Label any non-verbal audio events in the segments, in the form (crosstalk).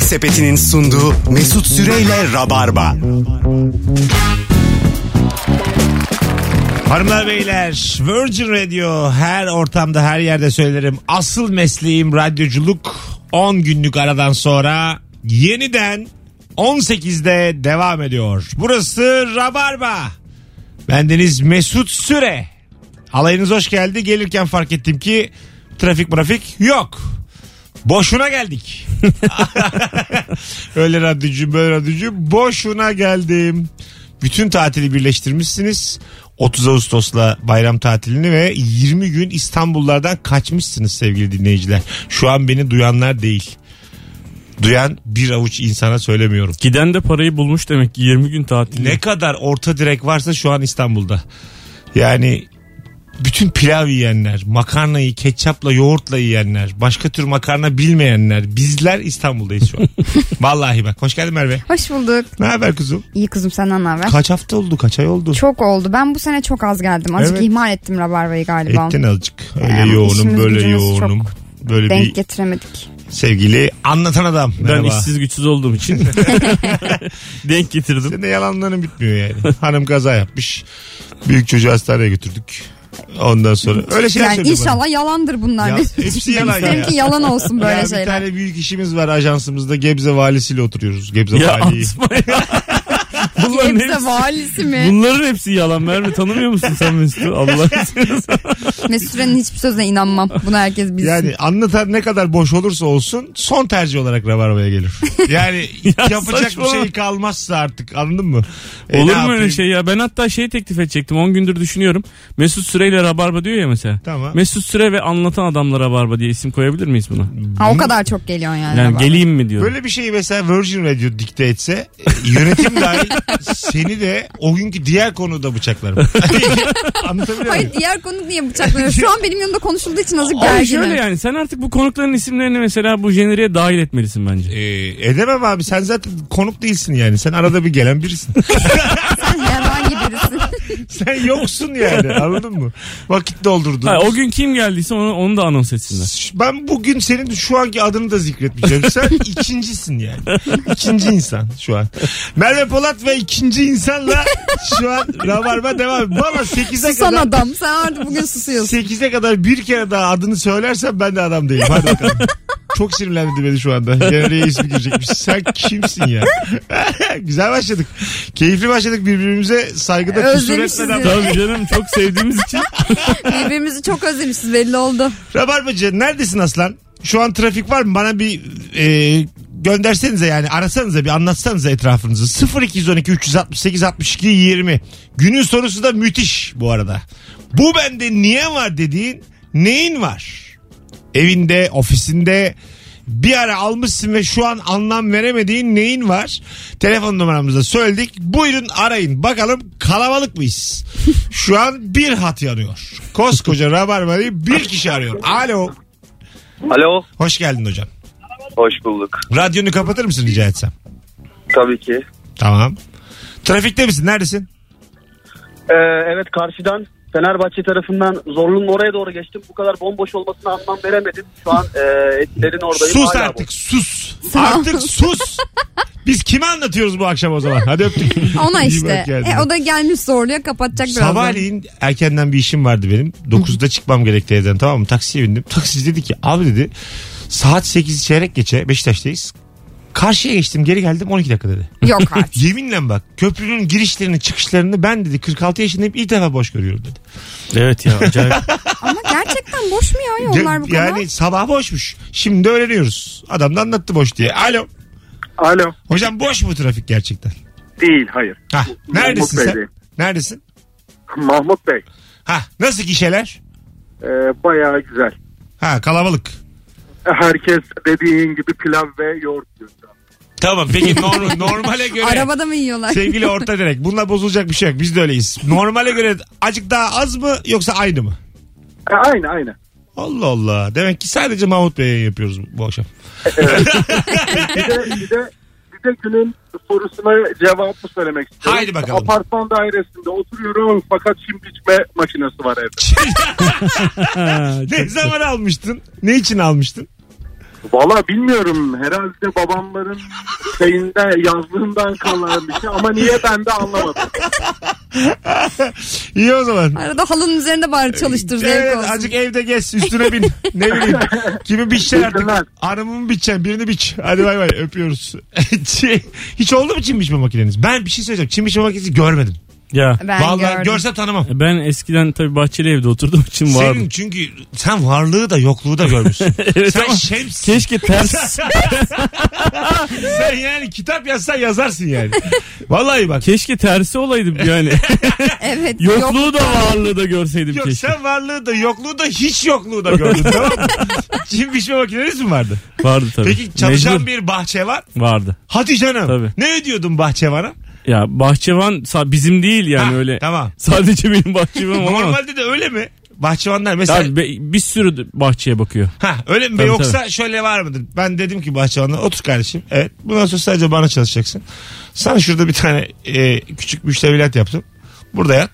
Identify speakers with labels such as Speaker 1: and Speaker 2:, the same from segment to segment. Speaker 1: Sepeti'nin sunduğu Mesut Süreyle Rabarba.
Speaker 2: Hanımlar beyler Virgin Radio her ortamda her yerde söylerim. Asıl mesleğim radyoculuk 10 günlük aradan sonra yeniden 18'de devam ediyor. Burası Rabarba. Bendeniz Mesut Süre. Alayınız hoş geldi. Gelirken fark ettim ki trafik trafik yok. Boşuna geldik. Öyle radyocuyum böyle radyocuyum. Boşuna geldim. Bütün tatili birleştirmişsiniz. 30 Ağustos'la bayram tatilini ve 20 gün İstanbullardan kaçmışsınız sevgili dinleyiciler. Şu an beni duyanlar değil. Duyan bir avuç insana söylemiyorum.
Speaker 3: Giden de parayı bulmuş demek ki 20 gün tatil.
Speaker 2: Ne kadar orta direk varsa şu an İstanbul'da. Yani bütün pilav yiyenler, makarnayı ketçapla yoğurtla yiyenler, başka tür makarna bilmeyenler, bizler İstanbul'dayız şu an. Vallahi bak. Hoş geldin Merve.
Speaker 4: Hoş bulduk.
Speaker 2: Ne haber kuzum?
Speaker 4: İyi kızım senden ne haber?
Speaker 2: Kaç hafta oldu? Kaç ay oldu?
Speaker 4: Çok oldu. Ben bu sene çok az geldim. Azıcık
Speaker 2: Evet.
Speaker 4: ihmal ettim Rabarba'yı galiba.
Speaker 2: Ettin azıcık. Öyle
Speaker 4: Ee,
Speaker 2: yoğunum,
Speaker 4: işimiz
Speaker 2: böyle
Speaker 4: gücümüz
Speaker 2: yoğunum. Böyle
Speaker 4: Denk
Speaker 2: bir
Speaker 4: getiremedik.
Speaker 2: sevgili anlatan adam.
Speaker 3: Ben
Speaker 2: Merhaba.
Speaker 3: işsiz güçsüz
Speaker 2: (laughs)
Speaker 3: olduğum için denk getirdim.
Speaker 2: Senin de yalanların bitmiyor yani. (laughs) Hanım kaza yapmış. Büyük çocuğu hastaneye götürdük. Ondan sonra öyle şeyler
Speaker 4: Yani
Speaker 2: söylüyor bana.
Speaker 4: inşallah yalandır bunlar.
Speaker 2: Ya, hepsi yalan
Speaker 4: İsterim
Speaker 2: ya.
Speaker 4: ki yalan olsun böyle
Speaker 2: ya
Speaker 4: şeyler.
Speaker 2: Bir tane büyük işimiz var ajansımızda. Gebze valisiyle oturuyoruz. Gebze
Speaker 3: Ya
Speaker 2: valiyi.
Speaker 3: atma ya. Bunların
Speaker 2: (laughs)
Speaker 4: Hepsi
Speaker 3: hepsi,
Speaker 4: valisi mi?
Speaker 3: bunların hepsi yalan Merve tanımıyor musun sen Mesut'u?
Speaker 2: (laughs)
Speaker 3: Allah
Speaker 4: Mesut Süren'in hiçbir sözüne inanmam. Bunu herkes bilsin.
Speaker 2: Yani anlatan ne kadar boş olursa olsun son tercih olarak Rabarba'ya gelir. Yani
Speaker 3: (laughs) Ya
Speaker 2: yapacak bir
Speaker 3: saçmalama.
Speaker 2: şey kalmazsa artık anladın mı? E, ne
Speaker 3: Olur mu
Speaker 2: yapayım?
Speaker 3: öyle şey ya? Ben hatta şey teklif edecektim 10 gündür düşünüyorum. Mesut Süre ile Rabarba diyor ya mesela.
Speaker 2: Tamam.
Speaker 3: Mesut Süre ve Anlatan Adamla Rabarba diye isim koyabilir miyiz buna?
Speaker 4: ha, o kadar çok geliyor yani.
Speaker 3: Yani
Speaker 4: Rabarba.
Speaker 3: geleyim mi diyor.
Speaker 2: Böyle bir şeyi mesela Virgin Radio dikte etse e,
Speaker 3: (laughs)
Speaker 2: yönetim dahil seni de o günkü diğer konuda bıçaklarım. (laughs) Anlatabiliyor muyum?
Speaker 4: Hayır diğer konu niye bıçaklanıyor? Şu an benim yanımda konuşulduğu için azıcık
Speaker 3: Ama
Speaker 4: gerginim. (laughs)
Speaker 3: şöyle yani sen artık bu konukların isimlerini mesela bu jeneriğe dahil etmelisin bence.
Speaker 2: E, edemem abi sen zaten konuk değilsin yani sen arada bir gelen birisin (laughs)
Speaker 4: Sen herhangi birisin.
Speaker 2: sen yoksun yani anladın mı vakit doldurdun
Speaker 3: Ha, o gün kim geldiyse onu, onu da anons etsinler.
Speaker 2: Ben bugün senin şu anki adını da zikretmeyeceğim.
Speaker 3: (laughs)
Speaker 2: Sen ikincisin yani. İkinci insan şu an. Merve Polat ve ikinci insanla şu an Rabarba devam. Valla 8'e
Speaker 4: Susan
Speaker 2: kadar...
Speaker 4: adam. Sen artık bugün susuyorsun.
Speaker 2: 8'e kadar bir kere daha adını söylersem ben de adam değilim. Hadi bakalım.
Speaker 4: (laughs)
Speaker 2: Çok sinirlendi beni şu anda. Genelliğe ismi girecekmiş. Sen kimsin ya? (laughs) Güzel başladık. Keyifli başladık birbirimize saygıda kusur
Speaker 4: Özlemişiz
Speaker 2: etmeden.
Speaker 4: ya.
Speaker 3: Tabii canım çok sevdiğimiz için.
Speaker 4: Birbirimizi çok özlemişiz
Speaker 2: (laughs)
Speaker 4: belli oldu.
Speaker 2: Rabarbacı neredesin aslan? Şu an trafik var mı? Bana bir e, göndersenize yani arasanıza bir anlatsanıza etrafınızı. 0212 368 62 20. Günün sorusu da müthiş bu arada. Bu bende niye var dediğin neyin var? Evinde, ofisinde bir ara almışsın ve şu an anlam veremediğin neyin var? Telefon numaramızda söyledik. Buyurun arayın. Bakalım kalabalık
Speaker 4: (laughs)
Speaker 2: mıyız? Şu an bir hat yanıyor. Koskoca Rabarba'yı bir kişi arıyor. Alo.
Speaker 5: Alo,
Speaker 2: Hoş geldin hocam.
Speaker 5: hoş bulduk.
Speaker 2: Radyonu kapatır mısın rica etsem?
Speaker 5: Tabii ki.
Speaker 2: Tamam. Trafikte misin? Neredesin?
Speaker 5: Ee, evet karşıdan Fenerbahçe tarafından zorluğun oraya doğru geçtim. Bu kadar bomboş olmasına anlam veremedim. Şu an e, etkilerin oradayım.
Speaker 2: sus
Speaker 5: Hala
Speaker 2: artık sus. Artık sus. Biz kime anlatıyoruz bu akşam o zaman? Hadi öptük.
Speaker 4: Ona
Speaker 2: İyi
Speaker 4: işte.
Speaker 2: bak kendine.
Speaker 4: E, o da gelmiş zorluyor kapatacak birazdan.
Speaker 2: Sabahleyin erkenden bir işim vardı benim. 9'da çıkmam gerekti evden tamam mı? Taksiye bindim. Taksici dedi ki abi dedi saat 8 çeyrek geçe Beşiktaş'tayız. Karşıya geçtim geri geldim 12 dakika dedi.
Speaker 4: Yok artık.
Speaker 2: Yeminle bak köprünün girişlerini çıkışlarını ben dedi 46 yaşındayım ilk defa boş görüyorum dedi.
Speaker 3: Evet ya acayip.
Speaker 4: Ama gerçekten boş mu ya yollar bu
Speaker 2: Ge-
Speaker 4: kadar?
Speaker 2: yani sabah boşmuş. Şimdi öğreniyoruz. Adam da anlattı boş diye. Alo.
Speaker 6: Alo.
Speaker 2: Hocam boş mu trafik gerçekten?
Speaker 6: Değil hayır.
Speaker 2: Hah. Neredesin
Speaker 6: Mahmut Bey
Speaker 2: sen?
Speaker 6: değil.
Speaker 2: Neredesin?
Speaker 6: Mahmut Bey.
Speaker 2: Hah. Nasıl gişeler?
Speaker 6: e, bayağı güzel. E,
Speaker 2: Ha kalabalık.
Speaker 6: Herkes dediğin gibi pilav ve yoğurt yiyor.
Speaker 2: Tamam peki norm- normale
Speaker 4: (laughs)
Speaker 2: göre.
Speaker 4: Arabada mı yiyorlar?
Speaker 2: Sevgili orta direk. Bununla bozulacak bir şey yok. Biz de öyleyiz. Normale göre azıcık daha az mı yoksa aynı mı?
Speaker 6: E, aynı aynı.
Speaker 2: Allah Allah. Demek ki sadece Mahmut Bey'e yapıyoruz bu- bu akşam. (laughs)
Speaker 6: Bir de, bir de, bir de günün sorusuna cevabı söylemek istiyorum.
Speaker 2: Haydi bakalım.
Speaker 6: Apartman dairesinde oturuyorum fakat şimdi içme makinesi
Speaker 2: Şey,
Speaker 6: var evde.
Speaker 3: (laughs) Ha,
Speaker 2: Ne zaman almıştın? Ne için almıştın?
Speaker 6: Valla bilmiyorum. Herhalde babamların şeyinde yazlığından kalan bir şey ama niye ben de anlamadım.
Speaker 2: İyi o zaman.
Speaker 4: Arada halının üzerinde bari çalıştır
Speaker 2: Evet
Speaker 4: zevk olsun.
Speaker 2: azıcık evde gez üstüne bin. ne bileyim. Kimi biçeceksin artık.
Speaker 6: Biçsinler.
Speaker 2: Hanımı mı biçeceksin? Birini biç. Hadi bay bay öpüyoruz. (laughs) Şey, Hiç oldu mu çim biçme makineniz? Ben bir şey söyleyeceğim. Çim biçme makinesi görmedim.
Speaker 3: Ya
Speaker 4: Ben
Speaker 2: Vallahi
Speaker 4: gördüm.
Speaker 2: görsem tanımam.
Speaker 3: ben eskiden tabii bahçeli evde oturduğum için vardı.
Speaker 2: Senin çünkü sen varlığı da yokluğu da görmüşsün.
Speaker 3: (laughs) Evet
Speaker 2: sen
Speaker 3: ama
Speaker 2: şemsin. (laughs)
Speaker 3: keşke ters
Speaker 2: sen yani kitap yazsan yazarsın yani. Vallahi bak.
Speaker 3: keşke tersi olaydım
Speaker 2: (laughs)
Speaker 3: yani.
Speaker 4: Evet. Yok.
Speaker 3: Yokluğu da varlığı da görseydim
Speaker 2: Yok
Speaker 3: keşke.
Speaker 2: sen varlığı da yokluğu da hiç yokluğu da
Speaker 3: (laughs)
Speaker 2: gördün tamam mı? Çim biçme makineniz mi vardı?
Speaker 3: Vardı tabii.
Speaker 2: Peki çalışan
Speaker 3: Mecbur.
Speaker 2: bir bahçe var.
Speaker 3: vardı.
Speaker 2: Hadi canım.
Speaker 3: Tabii.
Speaker 2: Ne ödüyordun bahçevana?
Speaker 3: Ya bahçıvan sa- bizim değil yani
Speaker 2: Ha,
Speaker 3: öyle.
Speaker 2: Tamam.
Speaker 3: (laughs) Sadece benim bahçıvan ama.
Speaker 2: Normalde de öyle mi? Bahçıvanlar mesela
Speaker 3: Abi be- bir sürü bahçeye bakıyor.
Speaker 2: ha öyle mi
Speaker 3: Tabii,
Speaker 2: yoksa şöyle var mıdır? Ben dedim ki bahçıvanlar otur kardeşim. Evet. Bundan sonra sadece bana çalışacaksın. Sana şurada bir tane e, küçük müştevilat yaptım. Burada yat.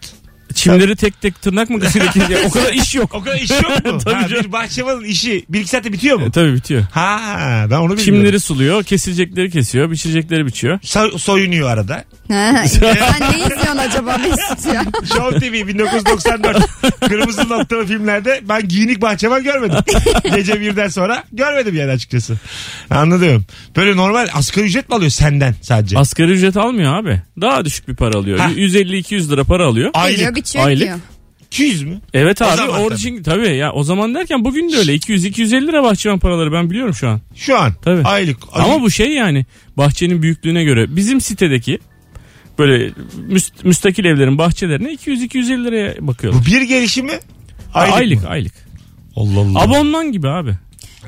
Speaker 3: Çimleri tek tek tırnak
Speaker 2: (laughs)
Speaker 3: mı kısıyor? Ya (laughs) o kadar iş yok.
Speaker 2: O kadar iş yok mu?
Speaker 3: Tabii
Speaker 2: ha,
Speaker 3: canım.
Speaker 2: bir bahçıvanın işi bir iki saatte bitiyor mu?
Speaker 3: E, tabii bitiyor.
Speaker 2: Ha ben onu bilmiyorum.
Speaker 3: Çimleri suluyor, kesilecekleri kesiyor, biçilecekleri biçiyor.
Speaker 2: So- soyunuyor arada. (laughs)
Speaker 4: Ha, sen ne izliyorsun acaba Mesut ya?
Speaker 2: Show TV 1994
Speaker 3: (laughs)
Speaker 2: kırmızı noktalı filmlerde ben giyinik bahçevan görmedim. Gece birden sonra görmedim yani açıkçası. Anladım. Böyle normal asgari ücret mi alıyor senden sadece?
Speaker 3: Asgari ücret almıyor abi. Daha düşük bir para alıyor.
Speaker 2: Ha.
Speaker 3: 150-200 lira para alıyor.
Speaker 4: Geliyor
Speaker 2: (laughs) Aylık
Speaker 4: bitiyor
Speaker 3: aylık.
Speaker 4: gidiyor.
Speaker 2: 200 mü?
Speaker 3: Evet
Speaker 2: O
Speaker 3: abi
Speaker 2: zaman
Speaker 3: orada
Speaker 2: tabii.
Speaker 3: çünkü tabii ya o zaman derken bugün de öyle 200-250 lira bahçıvan paraları ben biliyorum şu an.
Speaker 2: Şu an.
Speaker 3: Tabii.
Speaker 2: Aylık.
Speaker 3: Ama bu şey yani bahçenin büyüklüğüne göre bizim sitedeki böyle müst- müstakil evlerin bahçelerine 200-250 liraya bakıyorlar.
Speaker 2: Bu bir gelişimi
Speaker 3: Aylık
Speaker 2: aylık,
Speaker 3: aylık.
Speaker 2: mı? Allah Allah.
Speaker 3: Abonman gibi abi.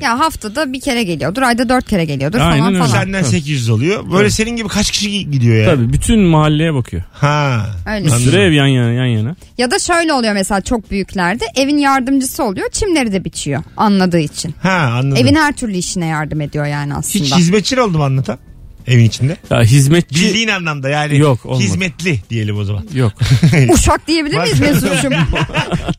Speaker 4: Ya haftada bir kere geliyordur. Ayda dört kere geliyordur
Speaker 3: Aynen
Speaker 4: falan
Speaker 3: öyle.
Speaker 4: falan.
Speaker 2: Senden
Speaker 3: Tabii.
Speaker 2: 800 oluyor. Böyle
Speaker 3: Tabii.
Speaker 2: senin gibi kaç kişi gidiyor ya?
Speaker 3: Tabii bütün mahalleye bakıyor.
Speaker 2: Ha.
Speaker 4: Öyle.
Speaker 3: Bir sürü ev yan yana yan yana.
Speaker 4: Ya da şöyle oluyor mesela çok büyüklerde. Evin yardımcısı oluyor. Çimleri de biçiyor anladığı için.
Speaker 2: Ha anladım.
Speaker 4: Evin her türlü işine yardım ediyor yani aslında.
Speaker 2: Hiç hizmetçi oldum anlatan. Evin içinde.
Speaker 3: Ya hizmetçi
Speaker 2: Bildiğin anlamda yani.
Speaker 3: Yok, olmadı.
Speaker 2: Hizmetli diyelim o zaman. (laughs)
Speaker 3: yok.
Speaker 4: Uşak diyebilir miyiz Mesut'cum?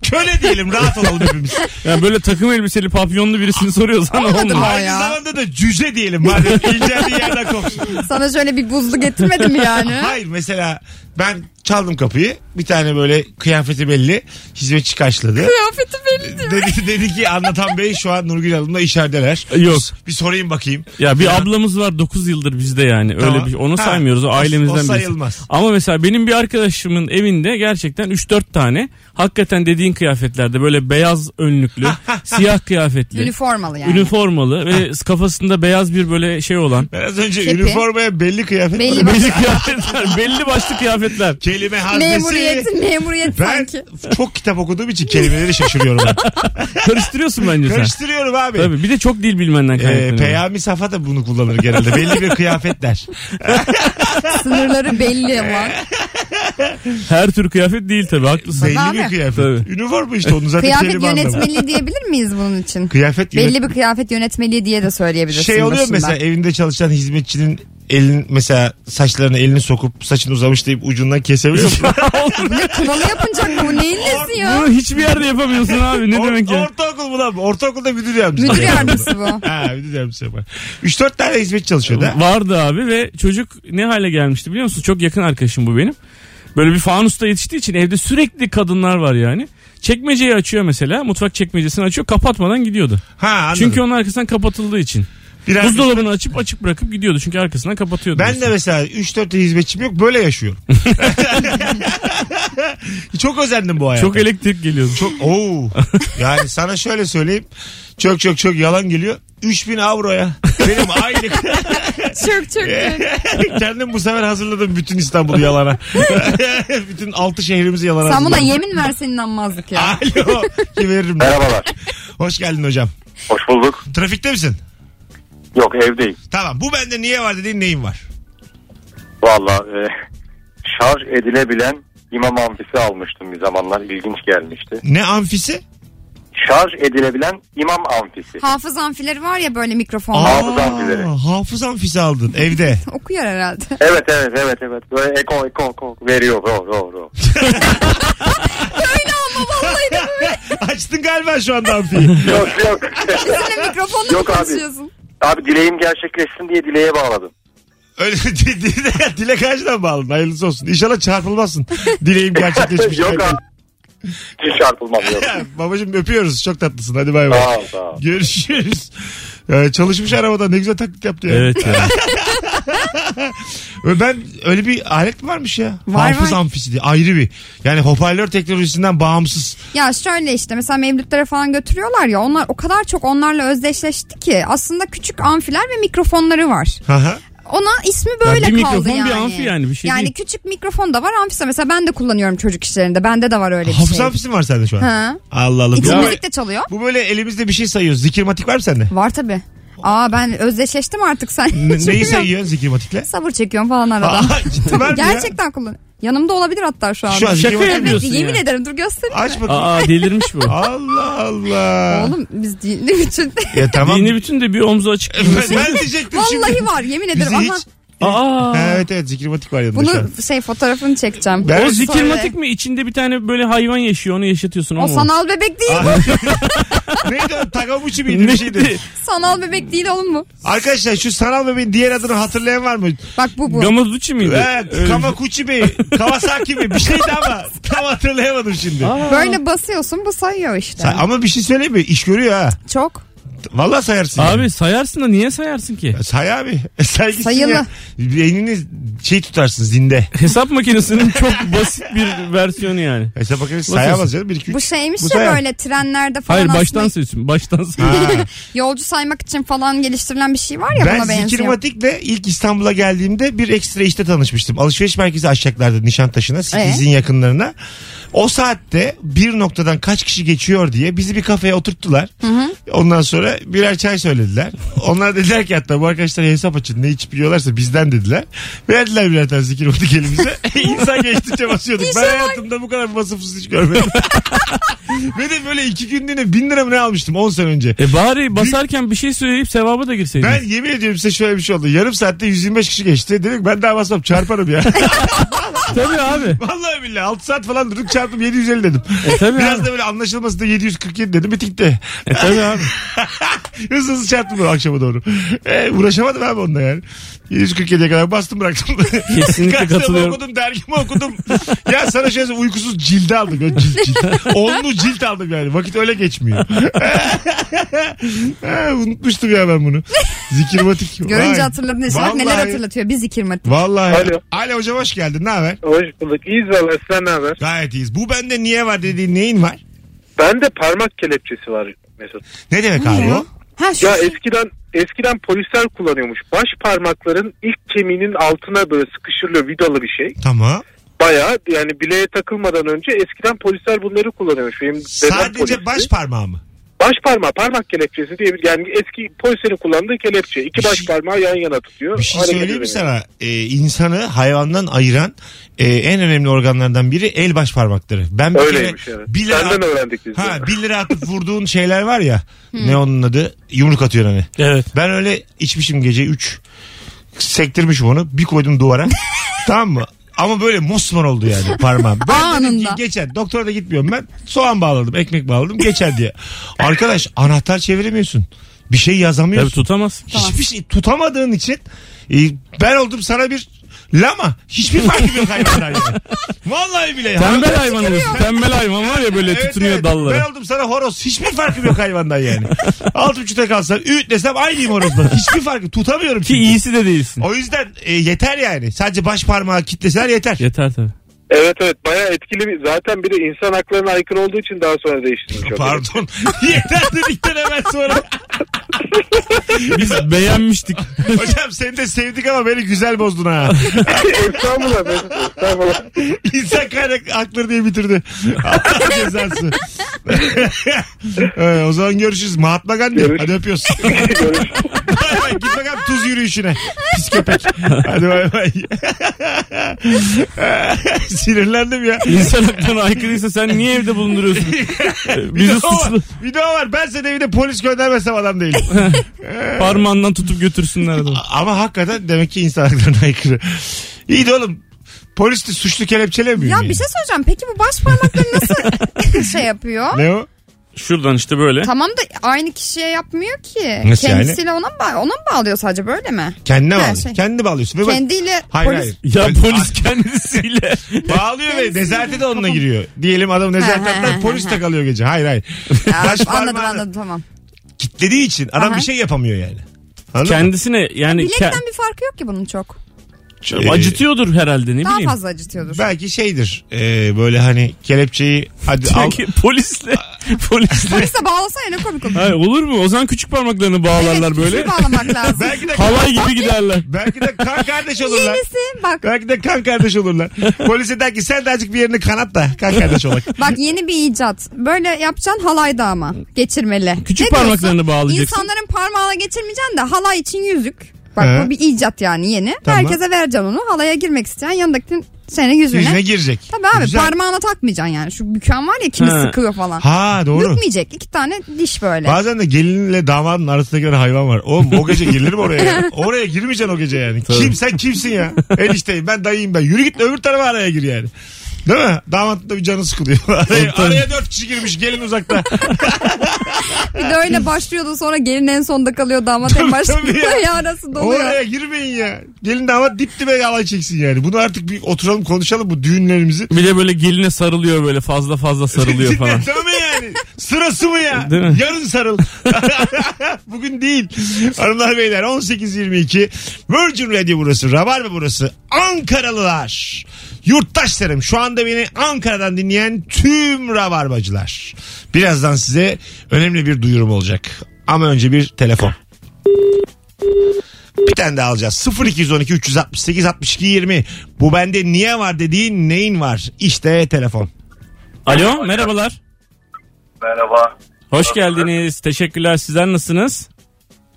Speaker 2: Köle diyelim rahat olalım
Speaker 4: (laughs)
Speaker 2: hepimiz.
Speaker 3: Yani böyle takım elbiseli papyonlu birisini soruyorsan
Speaker 4: Anlamadım
Speaker 3: olmaz.
Speaker 4: ben.
Speaker 2: Aynı
Speaker 4: ya.
Speaker 2: zamanda da cüce diyelim. Hadi
Speaker 4: (laughs)
Speaker 2: inceldiği yerden kopsun.
Speaker 4: Sana şöyle bir buzlu getirmedim yani.
Speaker 2: Hayır mesela ben çaldım kapıyı. Bir tane böyle kıyafeti belli. Hizmetçi
Speaker 4: (laughs)
Speaker 2: karşıladı.
Speaker 4: Kıyafeti belli diyor.
Speaker 2: dedi, dedi ki anlatan bey şu an Nurgül Hanım'la içerideler.
Speaker 3: Yok.
Speaker 2: Bir sorayım bakayım.
Speaker 3: Ya bir ablamız var 9 yıldır bizde yani.
Speaker 2: Tamam.
Speaker 3: Öyle bir onu
Speaker 2: Ha.
Speaker 3: saymıyoruz. O
Speaker 2: O-
Speaker 3: ailemizden
Speaker 2: o
Speaker 3: birisi.
Speaker 2: sayılmaz.
Speaker 3: Ama mesela benim bir arkadaşımın evinde gerçekten 3-4 tane hakikaten dediğin kıyafetlerde böyle beyaz önlüklü, siyah kıyafetli,
Speaker 4: Üniformalı yani.
Speaker 3: üniformalı ve kafasında beyaz bir böyle
Speaker 2: (laughs)
Speaker 3: şey olan
Speaker 2: Ben az önce
Speaker 4: Kepi.
Speaker 2: üniformaya belli kıyafet.
Speaker 4: Belli bak-
Speaker 3: belli kıyafetler, belli başlı
Speaker 2: (laughs)
Speaker 3: kıyafetler.
Speaker 2: Kelime haznesi.
Speaker 4: Memuriyet, memuriyet
Speaker 2: Ben
Speaker 4: sanki.
Speaker 2: çok kitap okuduğum için kelimeleri
Speaker 3: (laughs)
Speaker 2: şaşırıyorum.
Speaker 3: Karıştırıyorsun bence sen.
Speaker 2: Karıştırıyorum abi.
Speaker 3: Tabii bir de çok dil bilmenden
Speaker 2: Ee,
Speaker 3: kaynaklanıyor.
Speaker 2: Peyami Safa da bunu kullanır genelde. Belli bir kıyafet
Speaker 3: (laughs)
Speaker 2: der.
Speaker 4: Sınırları belli
Speaker 2: (laughs)
Speaker 4: ama.
Speaker 3: Her tür kıyafet değil tabii haklısın. (laughs)
Speaker 2: Belli bir
Speaker 4: Abi.
Speaker 2: kıyafet.
Speaker 3: Tabii.
Speaker 2: Üniforma işte onun zaten
Speaker 4: Kıyafet
Speaker 2: kelime anlamı.
Speaker 4: yönetmeliği diyebilir miyiz bunun için?
Speaker 2: Kıyafet yönet-
Speaker 4: belli bir kıyafet yönetmeliği diye de söyleyebilirsin.
Speaker 2: şey oluyor
Speaker 4: başında.
Speaker 2: mesela evinde çalışan hizmetçinin elin mesela saçlarına elini sokup saçın uzamış deyip ucundan kesebiliyor
Speaker 3: (laughs)
Speaker 2: musun? (laughs)
Speaker 4: Bu ne kınalı yapınacak mı? Bu neyin nesi ya?
Speaker 3: Bunu hiçbir yerde yapamıyorsun abi ne
Speaker 2: Or-
Speaker 3: demek ya.
Speaker 2: Ortaokul bu lan. Ortaokulda müdür yardımcısı.
Speaker 4: Müdür yardımcısı bu.
Speaker 2: (laughs) ha müdür yardımcısı yapar. 3-4 tane hizmetçi çalışıyor da.
Speaker 3: Vardı abi ve çocuk ne hale gelmişti biliyor musun? Çok yakın arkadaşım bu benim. Böyle bir fanusta yetiştiği için evde sürekli kadınlar var yani. Çekmeceyi açıyor mesela. Mutfak çekmecesini açıyor. Kapatmadan gidiyordu.
Speaker 2: Ha anladım.
Speaker 3: Çünkü onun arkasından kapatıldığı için.
Speaker 2: Biraz-
Speaker 3: Buzdolabını açıp açık bırakıp gidiyordu. Çünkü arkasından kapatıyordu.
Speaker 2: ben
Speaker 3: mesela.
Speaker 2: de mesela 3-4 hizmetçim yok böyle
Speaker 3: (laughs)
Speaker 2: yaşıyorum. (laughs) Çok özendim bu hayata.
Speaker 3: Çok elektrik geliyordu.
Speaker 2: Çok oo. Yani sana şöyle söyleyeyim. Çok çok çok yalan geliyor. 3000 avroya. Benim aylık. (laughs)
Speaker 4: Çök çök
Speaker 2: Ee,
Speaker 4: çök.
Speaker 2: Kendim bu sefer hazırladım bütün İstanbul'u yalana. (laughs) bütün altı şehrimizi yalana
Speaker 4: Sen buna
Speaker 2: hazırladım.
Speaker 4: yemin versen inanmazdık ya.
Speaker 2: Alo. Ki veririm. ben.
Speaker 6: Merhabalar.
Speaker 2: Hoş geldin hocam.
Speaker 6: Hoş bulduk.
Speaker 2: Trafikte misin?
Speaker 6: Yok evdeyim.
Speaker 2: Tamam. Bu bende niye var dediğin neyin var?
Speaker 6: Valla e, (laughs) şarj edilebilen imam amfisi almıştım bir zamanlar. İlginç gelmişti.
Speaker 2: Ne amfisi?
Speaker 6: Şarj edilebilen imam amfisi.
Speaker 4: Hafız amfileri var ya böyle mikrofonlar.
Speaker 6: Hafız amfileri.
Speaker 2: hafız amfisi aldın evde. (laughs)
Speaker 4: Okuyor herhalde. (laughs)
Speaker 6: Evet evet evet evet. Böyle eko eko eko veriyor. Ro, ro, ro.
Speaker 2: Açtın galiba şu anda amfiyi.
Speaker 6: yok yok.
Speaker 4: Sen de mikrofonla mı
Speaker 6: Yok abi.
Speaker 4: konuşuyorsun?
Speaker 6: (laughs) Abi dileğim gerçekleşsin diye dileğe bağladım.
Speaker 2: Öyle (laughs) di- di- dilek ağacından bağladın. Hayırlısı olsun. İnşallah çarpılmazsın.
Speaker 6: (laughs)
Speaker 2: Dileğim gerçekleşmiş.
Speaker 6: yok abi. Hiç çarpılmam yok.
Speaker 2: (laughs) Babacım öpüyoruz. Çok tatlısın. Hadi bay bay.
Speaker 6: sağ ol sağ ol.
Speaker 2: Görüşürüz. Ee, çalışmış arabada ne güzel taklit yaptı ya.
Speaker 3: Evet
Speaker 2: (laughs)
Speaker 3: ya.
Speaker 2: Ö- Ben öyle bir alet mi varmış ya?
Speaker 4: Var,
Speaker 2: Hafız
Speaker 4: var.
Speaker 2: amfisi diye ayrı bir. Yani hoparlör teknolojisinden bağımsız.
Speaker 4: Ya şöyle işte mesela mevlütlere falan götürüyorlar ya onlar o kadar çok onlarla özdeşleşti ki aslında küçük amfiler ve mikrofonları var.
Speaker 2: Aha.
Speaker 4: Ona ismi böyle
Speaker 3: Ya bir
Speaker 4: kaldı
Speaker 3: mikrofon, bir
Speaker 4: yani.
Speaker 3: amfi yani, bir şey
Speaker 4: Yani
Speaker 3: değil.
Speaker 4: küçük mikrofon da var amfi de mesela ben de kullanıyorum çocuk işlerinde bende de var öyle bir
Speaker 2: Hafız
Speaker 4: şey.
Speaker 2: amfisi mi var sende şu an?
Speaker 4: Ha.
Speaker 2: Allah Allah.
Speaker 4: İçin
Speaker 2: Bu-
Speaker 4: müzik de çalıyor.
Speaker 2: Bu böyle elimizde bir şey sayıyoruz. Zikirmatik var mı sende?
Speaker 4: Var tabi. Aa ben özdeşleştim artık sen.
Speaker 2: Ne- Neyi
Speaker 4: Çünkü
Speaker 2: sayıyorsun zikirmatikle?
Speaker 4: Sabır çekiyorum falan arada. (laughs)
Speaker 2: Aa, ciddi var mı ya?
Speaker 4: Gerçekten kullan. Yanımda olabilir hatta şu anda.
Speaker 2: Şu an
Speaker 3: Şaka
Speaker 2: zikirmatik.
Speaker 4: evet,
Speaker 3: yapıyorsun
Speaker 4: yemin
Speaker 3: ya.
Speaker 4: ederim dur göstereyim.
Speaker 2: Aç bakayım.
Speaker 3: Aa delirmiş bu.
Speaker 2: Allah Allah.
Speaker 4: Oğlum biz dinli için.
Speaker 2: Ya tamam.
Speaker 3: Dini bütün de bir omzu açık.
Speaker 2: ben, ben diyecektim
Speaker 4: (laughs) Vallahi
Speaker 2: şimdi.
Speaker 4: var yemin
Speaker 2: Bizi
Speaker 4: ederim. Aha,
Speaker 2: hiç...
Speaker 3: Aa.
Speaker 2: Evet evet zikirmatik var yanında şu an.
Speaker 4: bunu şey fotoğrafını çekeceğim.
Speaker 2: Ben-
Speaker 3: O
Speaker 4: Sonra-
Speaker 3: zikirmatik mi? İçinde bir tane böyle hayvan yaşıyor onu yaşatıyorsun.
Speaker 4: O
Speaker 3: ama.
Speaker 4: sanal bebek değil.
Speaker 2: Ah. (laughs) Neydi o? Tagamuchi miydi bir şey şeydi?
Speaker 3: Neydi?
Speaker 4: sanal bebek değil oğlum bu.
Speaker 2: Arkadaşlar şu sanal bebeğin diğer adını hatırlayan var mı?
Speaker 4: Bak bu bu.
Speaker 3: Gamazuchi miydi?
Speaker 2: Evet,
Speaker 3: Öyle-
Speaker 2: Kamakuchi Bey, Kawasaki Bey bir şeydi ama tam hatırlayamadım şimdi.
Speaker 3: Aa.
Speaker 4: Böyle basıyorsun bu sayıyor işte.
Speaker 2: Sa- ama bir şey söyleyeyim mi? İş görüyor ha.
Speaker 4: Çok.
Speaker 2: Vallahi sayarsın. yani.
Speaker 3: Abi sayarsın da niye
Speaker 2: (laughs)
Speaker 3: sayarsın ki?
Speaker 2: Say abi. Say gitsin
Speaker 4: Sayılı.
Speaker 2: ya. Beynini şey tutarsın zinde.
Speaker 3: Hesap makinesinin çok basit bir versiyonu yani.
Speaker 2: Mesela bakın
Speaker 3: Basıyorsun.
Speaker 2: sayamaz canım. Bir, iki, üç.
Speaker 4: Bu şeymiş
Speaker 2: Bu
Speaker 4: ya
Speaker 2: sayar.
Speaker 4: böyle trenlerde falan
Speaker 3: Hayır baştan
Speaker 4: aslında
Speaker 3: sayıyorsun. Baştan sayıyorsun.
Speaker 4: (laughs)
Speaker 2: Ha.
Speaker 4: yolcu saymak için falan geliştirilen bir şey var ya
Speaker 2: Ben
Speaker 4: buna benziyor.
Speaker 2: zikirmatikle ilk İstanbul'a geldiğimde bir ekstra işte tanışmıştım. Alışveriş merkezi aşacaklardı
Speaker 4: Ee?
Speaker 2: Nişantaşı'na, Siliz'in yakınlarına. O saatte bir noktadan kaç kişi geçiyor diye bizi bir kafeye oturttular. Ondan sonra birer çay söylediler. (laughs) Onlar dediler ki hatta bu arkadaşlar hesap açın ne içip yiyorlarsa bizden dediler. Verdiler birer tane zikirmatik
Speaker 4: (laughs)
Speaker 2: elimize. (laughs) İnsan geçtikçe basıyorduk. ben hayatımda bu kadar basıfsız hiç görmedim. (laughs) Ve de böyle iki günlüğüne bin lira mı ne almıştım 10 sene önce.
Speaker 3: E bari basarken bir şey söyleyip sevaba da girseydin.
Speaker 2: Ben yemin ediyorum size şöyle bir şey oldu. Yarım saatte 125 kişi geçti. Dedim ki ben daha basmam çarparım ya. (laughs)
Speaker 3: Tabii abi.
Speaker 2: Vallahi billahi 6 saat falan durduk çarptım 750 dedim.
Speaker 3: E tabii
Speaker 2: Biraz
Speaker 3: abi.
Speaker 2: da böyle anlaşılması da 747 dedim bitik de.
Speaker 3: E tabii abi.
Speaker 2: (laughs) hızlı hızlı çarptım böyle akşama doğru. E, uğraşamadım abi onunla yani. 747'ye kadar bastım bıraktım.
Speaker 3: Kesinlikle
Speaker 2: (laughs) Gazetemi
Speaker 3: katılıyorum.
Speaker 2: okudum dergimi okudum. ya sana şey söyleyeyim, uykusuz cildi aldım. Böyle cilt cilt. Onlu cilt aldım yani. Vakit öyle geçmiyor. (laughs) Ha, unutmuştum ya ben bunu. Zikirmatik. Vay.
Speaker 4: Görünce hatırladın işte bak neler
Speaker 2: Vallahi-
Speaker 4: hatırlatıyor bir zikirmatik.
Speaker 2: Vallahi. Alo.
Speaker 7: Alo.
Speaker 2: hocam hoş geldin. Ne haber?
Speaker 7: Hoş bulduk. İyiyiz valla sizden ne haber?
Speaker 2: Gayet iyiyiz. Bu bende niye var dediğin neyin var?
Speaker 7: Bende parmak kelepçesi var Mesut.
Speaker 2: Ne demek abi o?
Speaker 4: Ha şu.
Speaker 7: Ya eskiden eskiden polisler kullanıyormuş. Baş parmakların ilk kemiğinin altına böyle sıkışırıyor vidalı bir şey.
Speaker 2: Tamam.
Speaker 7: Bayağı yani bileğe takılmadan önce eskiden polisler bunları kullanıyormuş. Benim dedem
Speaker 2: Sadece
Speaker 7: polisti.
Speaker 2: baş parmağı mı?
Speaker 7: baş parmağı parmak kelepçesi diye bir yani eski polislerin kullandığı kelepçe. İki
Speaker 2: Bir
Speaker 7: baş
Speaker 2: şey-
Speaker 7: parmağı yan yana tutuyor.
Speaker 2: Bir şey
Speaker 7: Hareket
Speaker 2: söyleyeyim mi
Speaker 7: edemiyor.
Speaker 2: sana? Ee, insanı hayvandan ayıran e, en önemli organlardan biri el baş parmakları. Ben bir
Speaker 7: Öyleymiş
Speaker 2: kere
Speaker 7: evet.
Speaker 2: bir lira-
Speaker 7: Senden öğrendik biz. de.
Speaker 2: Ha 1 lira
Speaker 7: (laughs)
Speaker 2: atıp vurduğun şeyler var ya. ne onun adı? Yumruk atıyor hani.
Speaker 3: Evet.
Speaker 2: Ben öyle içmişim gece 3. Sektirmişim onu. Bir koydum duvara. tamam mı? Ama böyle mosmor oldu yani parmağım. Ben dedim ki
Speaker 4: Anında.
Speaker 2: geçer. Doktora da gitmiyorum ben. Soğan bağladım, ekmek bağladım. Geçer diye. Arkadaş anahtar çeviremiyorsun. Bir şey
Speaker 3: Tabii
Speaker 2: yazamıyorsun.
Speaker 3: tutamaz.
Speaker 2: Hiçbir şey tutamadığın için e, ben oldum sana bir lama. Hiçbir farkı yok hayvanlar yani. Vallahi bile.
Speaker 3: Tembel hayvan oluyorsun. Tembel hayvan var ya böyle tutunuyor dallara.
Speaker 2: Ben oldum sana horoz. Hiçbir farkım yok hayvandan
Speaker 3: (laughs)
Speaker 2: yani. Altı buçukta kalsam üğüt desem aynıyım horozdan. Hiçbir farkı tutamıyorum.
Speaker 3: Ki
Speaker 2: çünkü.
Speaker 3: iyisi de değilsin.
Speaker 2: O yüzden e, yeter yani. Sadece baş parmağı kitleseler yeter.
Speaker 3: Yeter tabii.
Speaker 7: Evet evet bayağı etkili bir zaten bir de insan haklarına aykırı olduğu için daha
Speaker 2: (laughs)
Speaker 7: sonra değiştirilmiş. o
Speaker 2: Pardon. yeter dedikten hemen
Speaker 3: (laughs)
Speaker 2: sonra. (laughs)
Speaker 3: Biz beğenmiştik.
Speaker 2: Hocam seni de sevdik ama beni güzel bozdun ha.
Speaker 7: kelepçe. (laughs) estağfurullah Mesut estağfurullah.
Speaker 2: (laughs) İnsan kaynak hakları diye bitirdi. Allah cezası. Ee, o zaman görüşürüz. Mahatma Gandhi.
Speaker 7: Görüş-
Speaker 2: Hadi öpüyoruz.
Speaker 7: Görüşürüz.
Speaker 2: Bay bay. Git bakalım tuz yürüyüşüne. Pis köpek. Hadi bay bay. (laughs) Sinirlendim ya.
Speaker 3: İnsan aklına aykırıysa sen niye evde bulunduruyorsun?
Speaker 2: (laughs)
Speaker 3: Ee,
Speaker 2: Video
Speaker 3: Bizi
Speaker 2: var.
Speaker 3: suçlu
Speaker 2: Video var. Ben seni evine polis göndermesem adam değilim.
Speaker 3: parmağından tutup götürsünler adamı.
Speaker 2: Ama hakikaten demek ki insan haklarına aykırı. İyi de oğlum. Polis de suçlu kelepçelemiyor.
Speaker 4: Ya
Speaker 2: yani.
Speaker 4: (laughs) bir şey söyleyeceğim. Peki bu baş parmakları nasıl şey yapıyor?
Speaker 2: Ne o?
Speaker 3: Şuradan işte böyle.
Speaker 4: Tamam da aynı kişiye yapmıyor ki.
Speaker 2: Nasıl yani?
Speaker 4: Kendisiyle ona mı bağ- ona mı bağlıyor sadece böyle mi?
Speaker 2: Kendine
Speaker 4: Her
Speaker 2: bağlı.
Speaker 4: şey.
Speaker 2: Kendi bağlıyorsun. Ve bak-
Speaker 4: Kendiyle
Speaker 2: hayır
Speaker 4: polis
Speaker 2: hayır.
Speaker 3: Ya polis kendisiyle.
Speaker 2: Bağlıyor ve
Speaker 4: Kendisi-
Speaker 2: nezarete de onunla giriyor. Diyelim adam
Speaker 4: Ha, ha,
Speaker 2: nezaretten
Speaker 4: ha,
Speaker 2: polis
Speaker 4: ha.
Speaker 2: takalıyor gece. Hayır hayır.
Speaker 4: Ya,
Speaker 2: Baş
Speaker 4: anladım
Speaker 2: parmağını
Speaker 4: anladım tamam.
Speaker 2: kilitlediği için adam
Speaker 4: Aha.
Speaker 2: bir şey yapamıyor yani. Anladın mı?
Speaker 3: Kendisine yani
Speaker 4: Bilekten
Speaker 3: ke-
Speaker 4: bir farkı yok ki bunun çok.
Speaker 2: Ee,
Speaker 3: acıtıyordur herhalde ne
Speaker 4: Daha
Speaker 3: bileyim.
Speaker 4: fazla acıtıyordur.
Speaker 2: Belki şeydir e, böyle hani kelepçeyi
Speaker 3: (laughs)
Speaker 2: hadi al.
Speaker 3: Belki
Speaker 2: (laughs)
Speaker 3: polisle. polisle.
Speaker 4: Polis de bağlasana ne komik olur.
Speaker 3: Hayır, olur mu? O zaman küçük parmaklarını (laughs) bağlarlar
Speaker 4: Evet,
Speaker 3: böyle. (laughs)
Speaker 4: küçük bağlamak lazım.
Speaker 2: Belki de,
Speaker 3: Halay gibi giderler.
Speaker 2: belki de kan kardeş
Speaker 3: şey
Speaker 2: olurlar.
Speaker 4: Yenisi bak
Speaker 2: Belki de kan kardeş olurlar. Polise der ki sen de azıcık bir yerini kanat da kan kardeş olak.
Speaker 4: bak yeni bir icat. Böyle yapacaksın halayda ama geçirmeli.
Speaker 3: Küçük
Speaker 4: diyorsun?
Speaker 3: parmaklarını bağlayacaksın.
Speaker 4: İnsanların parmağına geçirmeyeceksin de halay için yüzük. Bak
Speaker 2: He.
Speaker 4: bu bir icat yani yeni.
Speaker 2: Tamam.
Speaker 4: Herkese vereceksin onu. Halaya girmek isteyen yanındakinin senin yüzüne.
Speaker 2: Yüzüne girecek.
Speaker 4: Tabii abi
Speaker 2: Güzel.
Speaker 4: parmağına takmayacaksın yani. Şu büken var ya kimi
Speaker 3: He.
Speaker 4: sıkıyor falan.
Speaker 2: Ha doğru.
Speaker 4: Dökmeyecek. iki tane diş böyle.
Speaker 2: Bazen de gelinle damadın arasındaki bir hayvan var. O, o gece girilir mi oraya? ya? Oraya girmeyeceksin o gece yani. Kim sen kimsin ya? Enişteyim ben dayıyım ben. Yürü git öbür tarafa araya gir yani. Değil mi? Damat da bir canı sıkılıyor. (laughs) Araya, araya dört kişi girmiş gelin uzakta.
Speaker 4: Bir de öyle başlıyordu sonra gelin en sonda kalıyor damat en
Speaker 2: tabii ya. e,
Speaker 4: başta. (laughs) ya arası doluyor.
Speaker 2: Oraya girmeyin ya. Gelin damat dip dibe yalay çeksin yani. Bunu artık bir oturalım konuşalım bu düğünlerimizi.
Speaker 3: Bir de böyle geline sarılıyor böyle fazla
Speaker 2: (laughs)
Speaker 3: fazla sarılıyor falan.
Speaker 2: Tabii yani. Sırası mı ya?
Speaker 3: Değil mi?
Speaker 2: Yarın sarıl. (laughs) Bugün değil. Hanımlar beyler 18.22 Virgin Radio burası. Rabarba burası. Ankaralılar. Yurttaşlarım şu anda beni Ankara'dan dinleyen tüm rabarbacılar. Birazdan size önemli bir duyurum olacak. Ama önce bir telefon. Bir tane daha alacağız. 0212 368 62 20. Bu bende niye var dediğin neyin var? İşte telefon.
Speaker 3: Alo merhabalar.
Speaker 6: Merhaba.
Speaker 3: Hoş geldiniz. Teşekkürler. Sizler nasılsınız?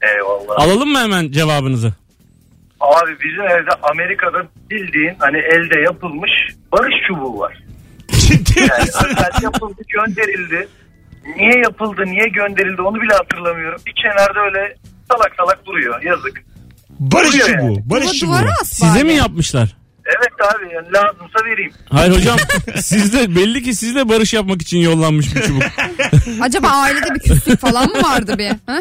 Speaker 6: Eyvallah.
Speaker 3: Alalım mı hemen cevabınızı?
Speaker 6: Abi bizim evde Amerika'da bildiğin hani elde yapılmış barış çubuğu var.
Speaker 2: Ciddi
Speaker 6: Yani
Speaker 2: misin?
Speaker 6: özel yapıldı gönderildi. Niye yapıldı niye gönderildi onu bile hatırlamıyorum. Bir kenarda öyle salak salak duruyor yazık.
Speaker 2: Barış
Speaker 6: Duruyor
Speaker 2: çubuğu.
Speaker 4: Ama
Speaker 2: Barış çubuğu.
Speaker 4: duvara as
Speaker 3: Size
Speaker 4: bari.
Speaker 3: mi yapmışlar?
Speaker 6: Evet abi yani lazımsa vereyim.
Speaker 3: Hayır
Speaker 2: (laughs)
Speaker 3: hocam sizde belli ki sizde barış yapmak için yollanmış bir çubuk.
Speaker 4: Acaba ailede bir küslük falan mı vardı bir?
Speaker 2: (laughs)
Speaker 4: Ha?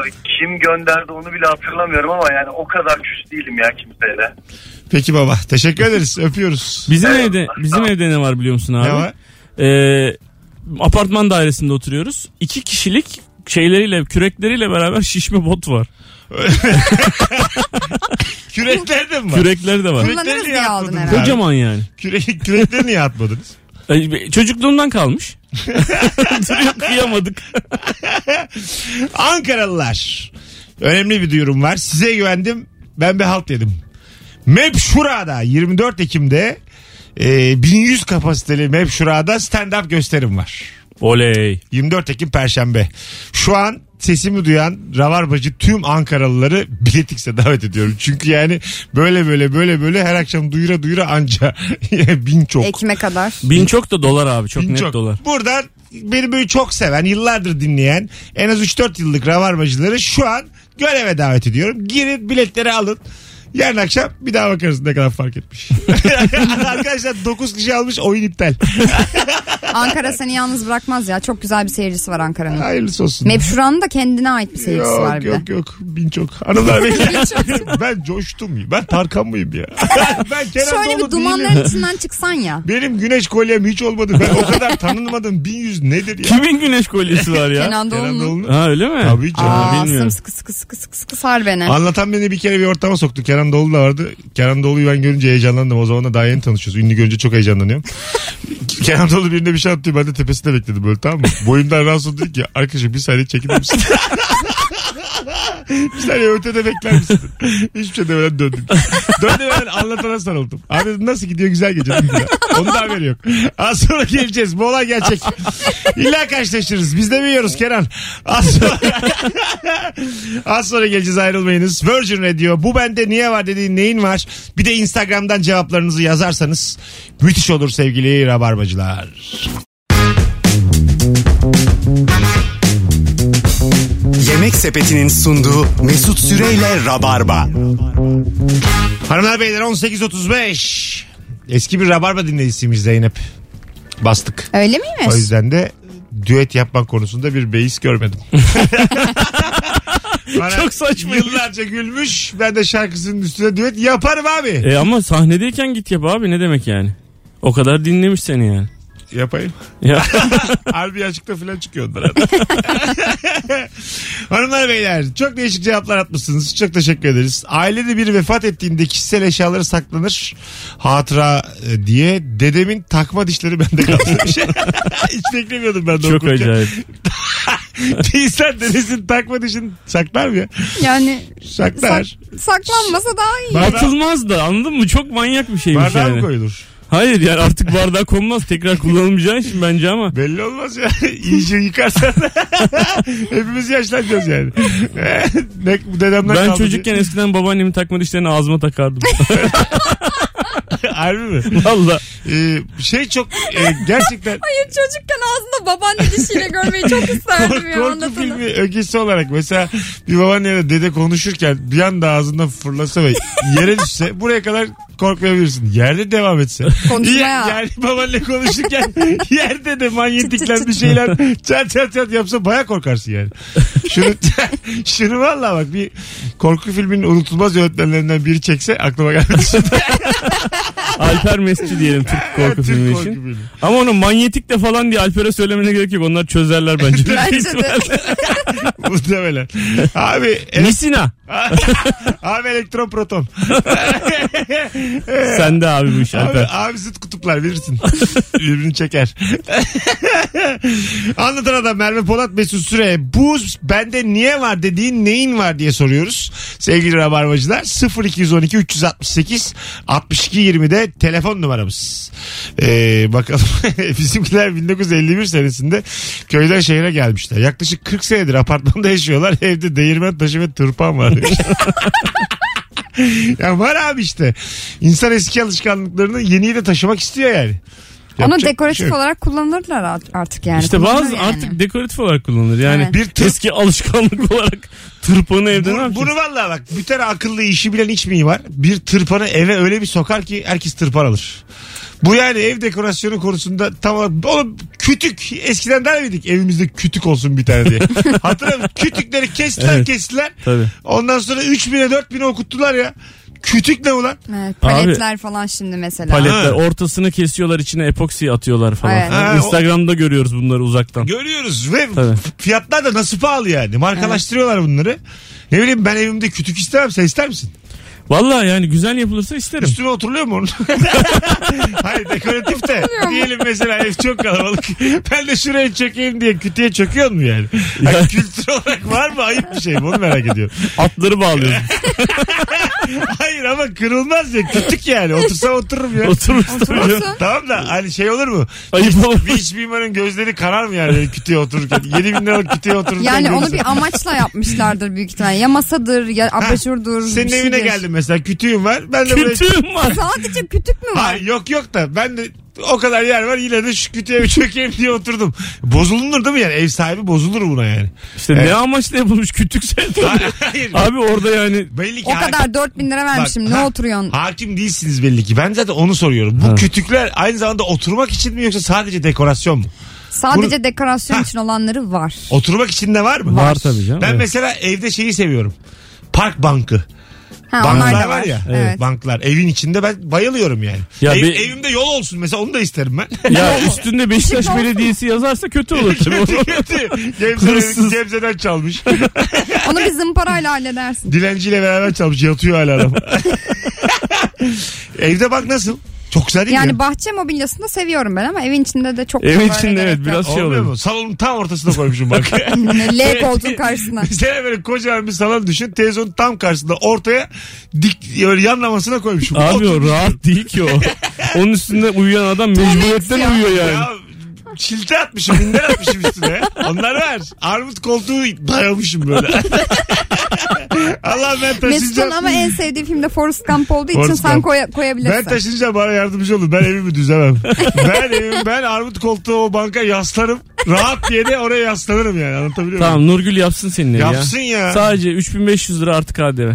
Speaker 6: Abi kim gönderdi onu bile hatırlamıyorum ama yani o kadar küs değilim ya kimseyle.
Speaker 2: Peki baba. Teşekkür
Speaker 4: (laughs)
Speaker 2: ederiz. Öpüyoruz.
Speaker 3: Bizim evde bizim evde ne var biliyor musun abi?
Speaker 2: Ne var?
Speaker 3: Ee, apartman dairesinde oturuyoruz. İki kişilik şeyleriyle kürekleriyle beraber şişme bot var.
Speaker 2: Kürekler de mi var?
Speaker 3: Kürekleri de var.
Speaker 2: Kürek- Deli
Speaker 4: Kullanırız diye aldın
Speaker 2: yapmadın
Speaker 4: herhalde.
Speaker 2: hocam.
Speaker 3: Kocaman yani.
Speaker 2: Kürek, kürekleri niye
Speaker 4: (laughs)
Speaker 2: atmadınız?
Speaker 3: Ee,
Speaker 2: (laughs)
Speaker 3: Çocukluğumdan kalmış. Duruyor kıyamadık.
Speaker 2: Ankaralılar. Önemli bir duyurum var. Size güvendim. Ben bir halt yedim. MEP Şura'da 24 Ekim'de e, 1100 kapasiteli MEP Şura'da stand-up gösterim var.
Speaker 3: Oley.
Speaker 2: 24 Ekim Perşembe. Şu an sesimi duyan Rabarbacı tüm Ankaralıları biletikse davet ediyorum. Çünkü yani böyle böyle böyle böyle her akşam duyura duyura anca (laughs) bin çok. (laughs)
Speaker 4: Ekime kadar.
Speaker 3: Bin çok da dolar abi. Çok
Speaker 2: Bin
Speaker 3: net
Speaker 2: çok.
Speaker 3: dolar.
Speaker 2: Buradan beni böyle çok seven, yıllardır dinleyen en az 3-4 yıllık Rabarbacıları şu an göreve davet ediyorum. Girin biletleri alın. Yarın akşam bir daha bakarız ne kadar fark etmiş. (laughs) Arkadaşlar 9 kişi almış oyun iptal.
Speaker 4: Ankara seni yalnız bırakmaz ya. Çok güzel bir seyircisi var Ankara'nın.
Speaker 2: Hayırlısı olsun.
Speaker 4: Mepşuran'ın da kendine ait bir seyircisi
Speaker 2: yok,
Speaker 4: var bir de.
Speaker 2: Yok yok bin çok. Hanımlar
Speaker 4: (laughs)
Speaker 2: beyler ben coştum. Ben Tarkan mıyım ya? ben Kenan
Speaker 4: Şöyle
Speaker 2: Doğulu
Speaker 4: bir
Speaker 2: değilim.
Speaker 4: dumanların içinden çıksan ya.
Speaker 2: Benim güneş kolyem hiç olmadı. Ben o kadar tanınmadım. Bin yüz nedir ya?
Speaker 3: Kimin güneş kolyesi var ya?
Speaker 2: Kenan
Speaker 4: Kenan Doğulu'nun.
Speaker 2: Doğulu.
Speaker 3: ha öyle mi?
Speaker 2: Tabii (laughs) canım.
Speaker 4: Aa,
Speaker 3: bilmiyorum.
Speaker 4: sımsıkı sıkı sıkı sıkı sıkı sar beni.
Speaker 2: Anlatan beni bir kere bir ortama soktu. Kenan Doğulu da vardı. Kenan Doğulu'yu ben görünce heyecanlandım. O zaman da daha yeni tanışıyoruz. Ünlü görünce çok heyecanlanıyorum. Kenan Doğulu birine bir şey atıyor. Ben de tepesinde bekledim böyle tamam mı? Boyumdan rahatsız dedi ki arkadaşım bir saniye çekilir misin? (laughs) bir saniye ötede bekler misin? Hiçbir şey demeden döndüm. Döndüm hemen anlatana sarıldım. Abi dedim, nasıl gidiyor güzel gece. dedim buna. Onun da haberi yok. Az sonra geleceğiz. Bu olay gerçek. İlla karşılaşırız. Biz de biliyoruz Kenan. Az sonra... Az sonra geleceğiz ayrılmayınız. Virgin Radio bu bende niye var dediğin neyin var? Bir de Instagram'dan cevaplarınızı yazarsanız müthiş olur sevgili rabarbacılar.
Speaker 1: Yemek Sepeti'nin sunduğu Mesut Süreyle Rabarba.
Speaker 2: Hanımlar beyler 18.35. Eski bir rabarba dinleyicisiymiş Zeynep. Bastık.
Speaker 4: Öyle miymiş?
Speaker 2: O yüzden de düet yapmak konusunda bir beis görmedim. Bana
Speaker 3: Çok saçma.
Speaker 2: Yıllarca gülmüş. Ben de şarkısının üstüne düet yaparım abi.
Speaker 3: E ama sahnedeyken git yap abi ne demek yani? O kadar dinlemiş seni yani. (laughs)
Speaker 2: Yapayım.
Speaker 3: Ya.
Speaker 2: Harbi açıkta falan çıkıyor onlara. (laughs) Hanımlar beyler çok değişik cevaplar atmışsınız. Çok teşekkür ederiz. Ailede biri vefat ettiğinde kişisel eşyaları saklanır. Hatıra e, diye dedemin takma dişleri bende kaldı. (laughs) Hiç beklemiyordum ben de
Speaker 3: Çok
Speaker 2: okurken.
Speaker 3: acayip.
Speaker 2: (laughs) İnsan dedesin takma dişini saklar mı ya?
Speaker 4: Yani
Speaker 2: Saklar.
Speaker 4: sak- saklanmasa daha iyi.
Speaker 2: Bardağı-
Speaker 3: Atılmaz da anladın mı? Çok manyak bir şeymiş
Speaker 2: Bardağa mı
Speaker 3: yani.
Speaker 2: koyulur?
Speaker 3: Hayır yani artık bardağa konmaz. Tekrar kullanılmayacağı için bence ama.
Speaker 2: Belli olmaz ya. (laughs) İyice yıkarsan. (laughs) Hepimiz yaşlanacağız yani. (laughs) ne, bu dedemden
Speaker 3: Ben
Speaker 2: kaldı diye.
Speaker 3: çocukken eskiden babaannemin takma dişlerini ağzıma takardım.
Speaker 2: (laughs)
Speaker 3: (laughs)
Speaker 2: Harbi mi?
Speaker 3: Valla.
Speaker 2: Ee, şey çok e, gerçekten
Speaker 4: Hayır çocukken ağzında babaanne dişiyle görmeyi
Speaker 2: (laughs)
Speaker 4: çok isterdim ya
Speaker 2: korku
Speaker 4: anlatana.
Speaker 2: filmi ögesi olarak mesela bir babaanneyle dede konuşurken bir anda ağzından fırlasa ve yere düşse buraya kadar korkmayabilirsin. Yerde devam etse.
Speaker 4: Konuşmaya.
Speaker 2: Ya- Yani babaanne konuşurken yerde de manyetiklen bir şeyler çat çat çat yapsa baya korkarsın yani. Şunu, (laughs) şunu valla bak bir korku filminin unutulmaz yönetmenlerinden biri çekse aklıma gelmedi.
Speaker 3: Alper Mesci diyelim
Speaker 2: (laughs)
Speaker 3: Türk korku
Speaker 2: Türk
Speaker 3: filmi
Speaker 2: korku
Speaker 3: için.
Speaker 2: filmi.
Speaker 3: Ama onu manyetik de falan diye Alper'e söylemene gerek yok. Onlar çözerler
Speaker 2: (laughs)
Speaker 3: bence. (laughs)
Speaker 4: Bence de.
Speaker 2: Muhtemelen. Abi
Speaker 3: Nisina.
Speaker 2: Abi elektron proton.
Speaker 3: Sende abi bu iş
Speaker 2: Abi,
Speaker 3: Alper.
Speaker 2: abi zıt kutuplar bilirsin. Birbirini çeker. (laughs) Anlatan adam Merve Polat Mesut Süre. Bu bende niye var dediğin neyin var diye soruyoruz. Sevgili Rabarbacılar 0212 368 62 20'de telefon numaramız. Ee, bakalım (laughs) bizimkiler 1951 senesinde köyden şehre gelmişler. Yaklaşık 40 senedir apartmanda yaşıyorlar. Evde değirmen taşı ve tırpan var. diyor. ya var abi işte. İnsan eski alışkanlıklarını yeniyi de taşımak istiyor yani.
Speaker 4: Onu
Speaker 2: Yapacak bir
Speaker 4: dekoratif
Speaker 2: şey yok.
Speaker 4: olarak kullanırlar art- artık yani.
Speaker 3: İşte
Speaker 4: Kullanır
Speaker 3: bazı
Speaker 4: yani.
Speaker 3: artık dekoratif olarak kullanılır. Yani
Speaker 4: Evet.
Speaker 2: Bir tır-
Speaker 3: eski alışkanlık (laughs) olarak tırpanı evde ne
Speaker 2: Bunu,
Speaker 3: yapacaksın?
Speaker 2: bunu valla bak bir tane akıllı işi bilen hiç miyi var? Bir tırpanı eve öyle bir sokar ki herkes tırpan alır. Bu yani ev dekorasyonu konusunda tam olarak oğlum kütük eskiden der miydik evimizde kütük olsun bir
Speaker 3: (laughs)
Speaker 2: tane diye. Hatırlar mısın? Kütükleri kestiler
Speaker 3: Evet.
Speaker 2: kestiler.
Speaker 3: Tabii.
Speaker 2: Ondan sonra 3000'e 4000'e okuttular ya. Kütük ne ulan?
Speaker 4: Evet, paletler falan şimdi mesela.
Speaker 3: Paletler
Speaker 2: Ha.
Speaker 3: ortasını kesiyorlar içine epoksi atıyorlar falan.
Speaker 4: Evet.
Speaker 2: Ha, o-
Speaker 3: Instagram'da görüyoruz bunları uzaktan.
Speaker 2: Görüyoruz ve
Speaker 3: Tabii.
Speaker 2: fiyatlar da nasıl pahalı yani. Markalaştırıyorlar bunları. Ne bileyim ben evimde kütük istemem sen ister misin?
Speaker 3: Vallahi yani güzel yapılırsa isterim.
Speaker 2: Üstüme oturuluyor
Speaker 3: (laughs)
Speaker 2: mu onun? Hayır dekoratif de. Diyelim mesela ev çok kalabalık. (laughs) Ben de şuraya çökeyim diye kütüye çöküyor mu yani? Hani kültür olarak var mı? Ayıp bir şey mi? Onu merak ediyorum. (laughs)
Speaker 3: Atları bağlıyoruz.
Speaker 2: Hayır ama kırılmaz ya. Kütük yani. Otursam otururum
Speaker 3: (laughs)
Speaker 2: ya.
Speaker 3: Oturmuş
Speaker 2: (laughs)
Speaker 3: duruyor.
Speaker 2: tamam da hani şey olur mu?
Speaker 3: Ayıp olur.
Speaker 2: Vinç mimarın gözleri karar mı yani kütüye otururken? 7 bin liralık kütüye otururken.
Speaker 4: Yani onu
Speaker 2: görürsün.
Speaker 4: bir amaçla yapmışlardır büyük ihtimalle. Ya masadır ya abaşurdur.
Speaker 2: Senin
Speaker 4: bir şeydir.
Speaker 2: evine geldim mesela kütüğüm var. Ben de buraya
Speaker 3: Kötüyüm var.
Speaker 4: (laughs) Sadece kütük mü var?
Speaker 2: Hayır yok yok da ben de o kadar yer var yine de şu kütüğe bir çökeyim diye oturdum. Bozulunur değil mi yani? Ev sahibi bozulur buna yani.
Speaker 3: İşte ne amaçla yapılmış kütükse.
Speaker 2: (laughs) Hayır.
Speaker 3: Abi orada yani
Speaker 2: Belli ki
Speaker 4: O
Speaker 2: hakim-
Speaker 4: kadar 4000 lira vermişim.
Speaker 2: Bak,
Speaker 4: ne
Speaker 2: ha,
Speaker 4: oturuyorsun?
Speaker 2: Hakim değilsiniz belli ki. Ben zaten onu soruyorum. Bu kütükler aynı zamanda oturmak için mi yoksa sadece dekorasyon mu?
Speaker 4: Sadece
Speaker 2: bunu-
Speaker 4: dekorasyon
Speaker 2: Ha.
Speaker 4: için olanları var.
Speaker 2: Oturmak için de var mı?
Speaker 3: Var tabii canım,
Speaker 2: Ben
Speaker 3: evet.
Speaker 2: mesela evde şeyi seviyorum. Park bankı.
Speaker 4: Ha,
Speaker 2: Banklar
Speaker 4: onlar da
Speaker 2: var ya.
Speaker 4: Evet.
Speaker 2: Banklar. Evin içinde ben bayılıyorum yani.
Speaker 3: Ya
Speaker 2: Ev-
Speaker 3: bir-
Speaker 2: Evimde yol olsun mesela onu da isterim ben.
Speaker 3: ya üstünde Beşiktaş
Speaker 4: Küçük olsun.
Speaker 3: Belediyesi yazarsa
Speaker 2: (laughs)
Speaker 3: kötü olur tabii.
Speaker 2: Kötü. Gebze'den,
Speaker 3: Hırsız.
Speaker 2: Gebze'den çalmış.
Speaker 4: Onu bir zımparayla halledersin.
Speaker 2: Dilenciyle beraber çalmış yatıyor hala
Speaker 3: (laughs)
Speaker 2: adam. Evde bak nasıl? Çok güzel değil mi?
Speaker 4: Yani bahçe mobilyasını seviyorum ben ama evin içinde de çok da
Speaker 3: Evin
Speaker 4: böyle
Speaker 3: içinde
Speaker 4: gerek
Speaker 3: evet
Speaker 4: yok. Hani
Speaker 3: biraz şey
Speaker 2: Olmuyor
Speaker 3: olur.
Speaker 2: mu? Salonun tam ortasına koymuşum
Speaker 3: (laughs)
Speaker 2: bak. (laughs)
Speaker 4: L koltuğun karşısına.
Speaker 2: Mesela böyle kocaman bir salon düşün. Televizyonun tam karşısında ortaya dik böyle yanlamasına koymuşum.
Speaker 3: Abi o
Speaker 2: Oturmuş.
Speaker 3: rahat değil
Speaker 2: (laughs)
Speaker 3: ki o. Onun üstünde uyuyan adam mecburiyetten
Speaker 4: ya.
Speaker 3: uyuyor yani.
Speaker 2: Ya çilte atmışım, minder atmışım üstüne. Onlar var. Armut koltuğu dayamışım
Speaker 4: (laughs)
Speaker 2: böyle. Allah ben
Speaker 4: Mesut'un
Speaker 2: taşınacağım. (laughs)
Speaker 4: ama en sevdiği film de Forrest Gump olduğu için
Speaker 2: Forrest
Speaker 4: sen
Speaker 2: Gump.
Speaker 4: koya- koyabilirsin.
Speaker 2: Ben taşınacağım bana yardımcı olun. Ben evimi düzemem. ben evim, ben armut koltuğu o banka yaslarım. Rahat diye de oraya yaslanırım yani. Anlatabiliyor muyum?
Speaker 3: Tamam Nurgül yapsın seninle
Speaker 2: Yapsın ya.
Speaker 3: Sadece 3500 lira artı KDV.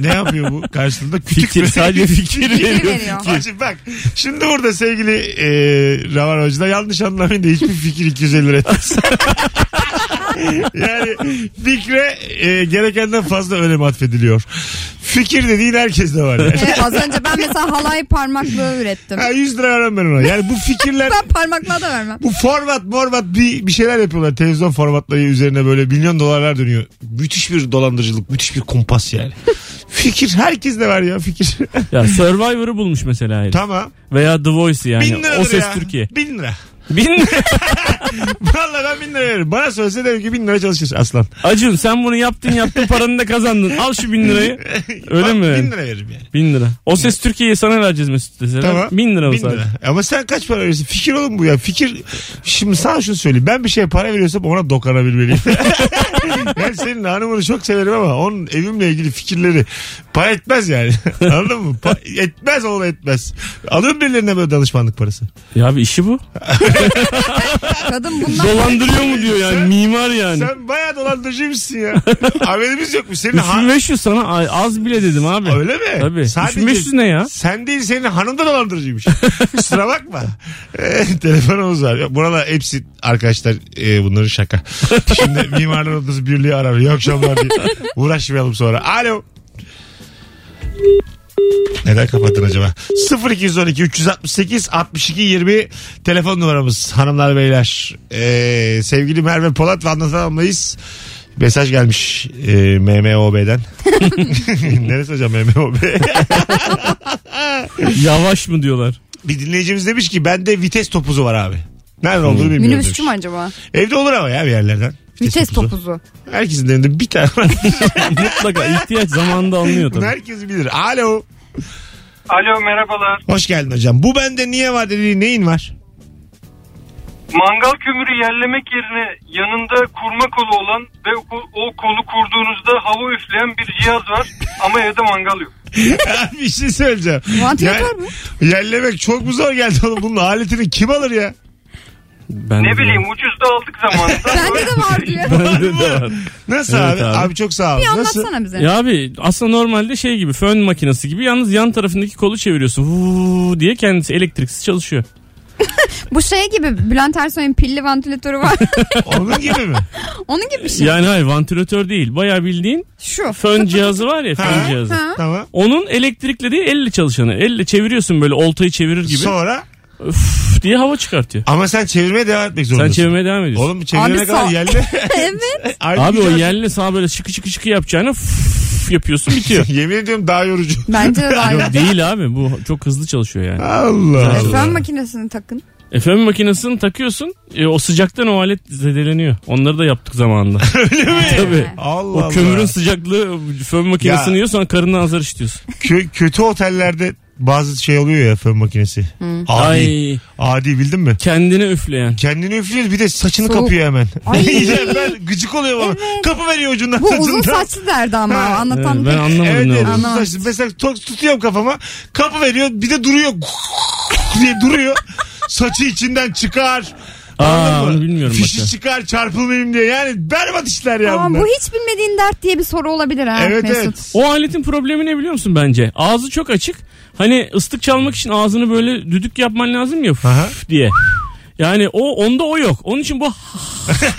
Speaker 2: ne yapıyor bu karşılığında? Kütük
Speaker 3: Fikir
Speaker 2: mü? (laughs)
Speaker 3: sadece fikir veriyor.
Speaker 4: veriyor.
Speaker 3: Fikir.
Speaker 2: Hacı bak şimdi burada sevgili e, Ravan Hoca'da yanlış anlamayın da hiçbir fikir 250 lira etmez. (laughs) yani fikre e, gerekenden fazla önem atfediliyor. Fikir dediğin herkes de
Speaker 3: (laughs)
Speaker 2: var yani.
Speaker 4: Evet, Ee, az önce ben mesela halay parmaklığı ürettim.
Speaker 2: Ha, 100 lira vermem ben ona. Yani bu fikirler
Speaker 4: Ben parmaklığa da vermem.
Speaker 2: bu format morvat bir, bir şeyler yapıyorlar. Televizyon formatları üzerine böyle milyon dolarlar dönüyor. Müthiş bir dolandırıcılık, müthiş bir kumpas
Speaker 3: (laughs)
Speaker 2: yani. fikir herkes de var ya fikir.
Speaker 3: Ya
Speaker 2: (laughs)
Speaker 3: Survivor'ı bulmuş mesela herif.
Speaker 2: tamam.
Speaker 3: Veya The Voice'ı yani.
Speaker 2: bin lira
Speaker 3: o ses
Speaker 2: ya.
Speaker 3: Türkiye.
Speaker 2: Bin lira. (laughs)
Speaker 3: Bin
Speaker 2: Valla ben bin lira veririm. Bana söylese derim ki bin lira çalışır aslan.
Speaker 3: Acun sen bunu yaptın yaptın paranı da kazandın. Al şu
Speaker 2: (laughs)
Speaker 3: bin lirayı. Öyle
Speaker 2: Bak,
Speaker 3: mi?
Speaker 2: Bin lira veririm yani.
Speaker 3: Bin lira. O ses Türkiye'yi sana vereceğiz Mesut mesela.
Speaker 2: Tamam.
Speaker 3: Bin lira o
Speaker 2: Bin
Speaker 3: sadece.
Speaker 2: lira. Ama sen kaç para verirsin? Fikir oğlum bu ya. Fikir. Şimdi sana şunu söyleyeyim. Ben bir şeye para veriyorsam ona dokanabilmeliyim. (laughs) ben senin hanımını çok severim ama onun evimle ilgili fikirleri para etmez yani. (laughs) Anladın mı? Pa- etmez oğlum etmez. Alın birilerine böyle danışmanlık parası.
Speaker 3: Ya abi işi bu.
Speaker 4: Kadın bundan
Speaker 3: (laughs) Dolandırıyor mu diyor yani.
Speaker 2: Sen-
Speaker 3: Mimar yani.
Speaker 2: Sen bayağı dolandırıcıymışsın ya. Haberimiz yokmuş. Senin han-
Speaker 3: 3500 sana ay- az bile dedim abi.
Speaker 2: Öyle mi?
Speaker 3: Tabii.
Speaker 2: Sadece
Speaker 3: 3500 ne ya?
Speaker 2: Sen değil senin hanım da dolandırıcıymış. (laughs) Kusura bakma. Ee, telefonumuz var. Yok, Buralar hepsi arkadaşlar e, bunları şaka.
Speaker 3: (laughs)
Speaker 2: Şimdi mimarlar odası birliği arar. İyi akşamlar diye. Uğraşmayalım sonra. Alo. Neden kapattın acaba? 0212 368 62 20 telefon numaramız hanımlar beyler. Ee, sevgili Merve Polat ve anlatamayız. Mesaj gelmiş e, MMOB'den. (laughs) Neresi hocam MMOB?
Speaker 3: Yavaş
Speaker 2: (laughs)
Speaker 3: mı diyorlar.
Speaker 2: Bir dinleyicimiz demiş ki bende vites topuzu var abi. Nerede olduğunu bilmiyorum demiş.
Speaker 4: minibüsçü mü acaba?
Speaker 2: Evde olur ama ya bir yerlerden.
Speaker 4: Vites topuzu.
Speaker 2: Herkesin evinde bir tane var.
Speaker 3: Mutlaka ihtiyaç zamanında anlıyor
Speaker 2: Bunu
Speaker 3: (laughs) tabii.
Speaker 2: herkes bilir. Alo.
Speaker 6: Alo merhabalar.
Speaker 2: Hoş geldin hocam. Bu bende niye var dediği neyin
Speaker 4: (laughs)
Speaker 2: var? (laughs)
Speaker 6: Mangal kömürü yerlemek yerine yanında kurma kolu olan ve o, o kolu kurduğunuzda hava üfleyen bir cihaz var ama evde mangal yok.
Speaker 2: bir şey söyleyeceğim.
Speaker 4: Vantilatör mü?
Speaker 2: Yerlemek çok mu zor geldi oğlum? Bunun aletini kim alır ya?
Speaker 3: Ben
Speaker 6: Ne
Speaker 3: de- (laughs)
Speaker 6: bileyim ucuzda aldık zamanında.
Speaker 4: Bende de var diyor.
Speaker 3: Bende de var.
Speaker 2: Nasıl
Speaker 3: Evet
Speaker 2: abi? abi?
Speaker 3: abi.
Speaker 2: çok sağ ol.
Speaker 4: Bir
Speaker 2: Nasıl?
Speaker 4: anlatsana bize.
Speaker 3: Ya abi aslında normalde şey gibi fön makinesi gibi yalnız yan tarafındaki kolu çeviriyorsun. Vuu diye kendisi elektriksiz çalışıyor.
Speaker 4: Bu şey gibi Bülent Ersoy'un pilli vantilatörü var.
Speaker 2: Onun gibi
Speaker 4: (laughs)
Speaker 2: mi?
Speaker 4: Onun gibi bir şey.
Speaker 3: Yani hayır vantilatör değil. Bayağı bildiğin
Speaker 4: Şu.
Speaker 3: fön cihazı var ya
Speaker 2: (laughs) Ha.
Speaker 3: fön cihazı.
Speaker 4: Ha.
Speaker 2: tamam.
Speaker 3: Onun elektrikli değil elle çalışanı. Elle çeviriyorsun böyle oltayı çevirir gibi.
Speaker 2: Sonra
Speaker 3: Üf diye hava çıkartıyor.
Speaker 2: ama sen çevirmeye devam etmek
Speaker 3: Sen
Speaker 2: zorundasın.
Speaker 3: çevirmeye devam ediyorsun.
Speaker 2: Oğlum çevirene
Speaker 4: Abi
Speaker 2: kadar
Speaker 4: sağ-
Speaker 2: yerle.
Speaker 3: (laughs)
Speaker 4: evet.
Speaker 2: Aynı
Speaker 3: Abi o
Speaker 2: güzel-
Speaker 3: yerle sağ böyle şıkı şıkı şıkı yapacağını fıf
Speaker 2: (laughs)
Speaker 3: yapıyorsun
Speaker 2: (laughs)
Speaker 3: bitiyor.
Speaker 2: Yemin ediyorum daha yorucu.
Speaker 4: Bence de var.
Speaker 3: Yok değil abi bu çok hızlı çalışıyor yani.
Speaker 2: Allah
Speaker 4: E,
Speaker 2: Allah.
Speaker 4: Fön makinesini takın.
Speaker 3: FM makinesini takıyorsun e, o sıcaktan o alet zedeleniyor. Onları da
Speaker 2: (laughs)
Speaker 3: yaptık zamanında. Öyle mi? (laughs) Tabii.
Speaker 2: Allah
Speaker 3: O
Speaker 2: Allah.
Speaker 3: kömürün sıcaklığı fön
Speaker 2: Ya.
Speaker 3: makinesini yiyor sonra karından azar işitiyorsun.
Speaker 2: Kö- kötü otellerde bazı şey oluyor ya fön makinesi. Adi.
Speaker 3: Ay
Speaker 2: Adi bildin mi?
Speaker 3: kendine üfleyen.
Speaker 2: Kendini üflüyor bir de saçını
Speaker 4: Soğuk.
Speaker 2: kapıyor hemen. (laughs)
Speaker 4: Ay.
Speaker 2: Ya ben gıcık oluyor bana. Kapı veriyor ucundan
Speaker 4: Bu
Speaker 2: saçından.
Speaker 4: uzun saçlı derdi ama
Speaker 2: Ha.
Speaker 3: Evet,
Speaker 4: anlatan şey.
Speaker 3: ben
Speaker 4: pek-
Speaker 3: anlamadım
Speaker 2: Evet,
Speaker 3: ne
Speaker 2: evet
Speaker 3: olduğunu.
Speaker 2: uzun
Speaker 4: Anlamadım.
Speaker 2: saçlı. Mesela to- tutuyorum kafama. Kapı veriyor bir de duruyor. (laughs) diye duruyor. Saçı içinden çıkar.
Speaker 3: Aa,
Speaker 2: Anladın mı?
Speaker 3: onu bilmiyorum bak
Speaker 2: Fişi
Speaker 3: ya.
Speaker 2: çıkar çarpılmayayım diye. Yani berbat işler ya
Speaker 4: Ama
Speaker 2: bunlar.
Speaker 4: bu hiç bilmediğin dert diye bir soru olabilir ha
Speaker 2: Evet,
Speaker 4: Mesut.
Speaker 2: evet.
Speaker 3: O aletin problemi ne biliyor musun bence? Ağzı çok açık. Hani ıslık çalmak için ağzını böyle düdük yapman lazım ya
Speaker 2: Aha.
Speaker 3: fıf diye. Yani o onda o yok. Onun için bu (laughs)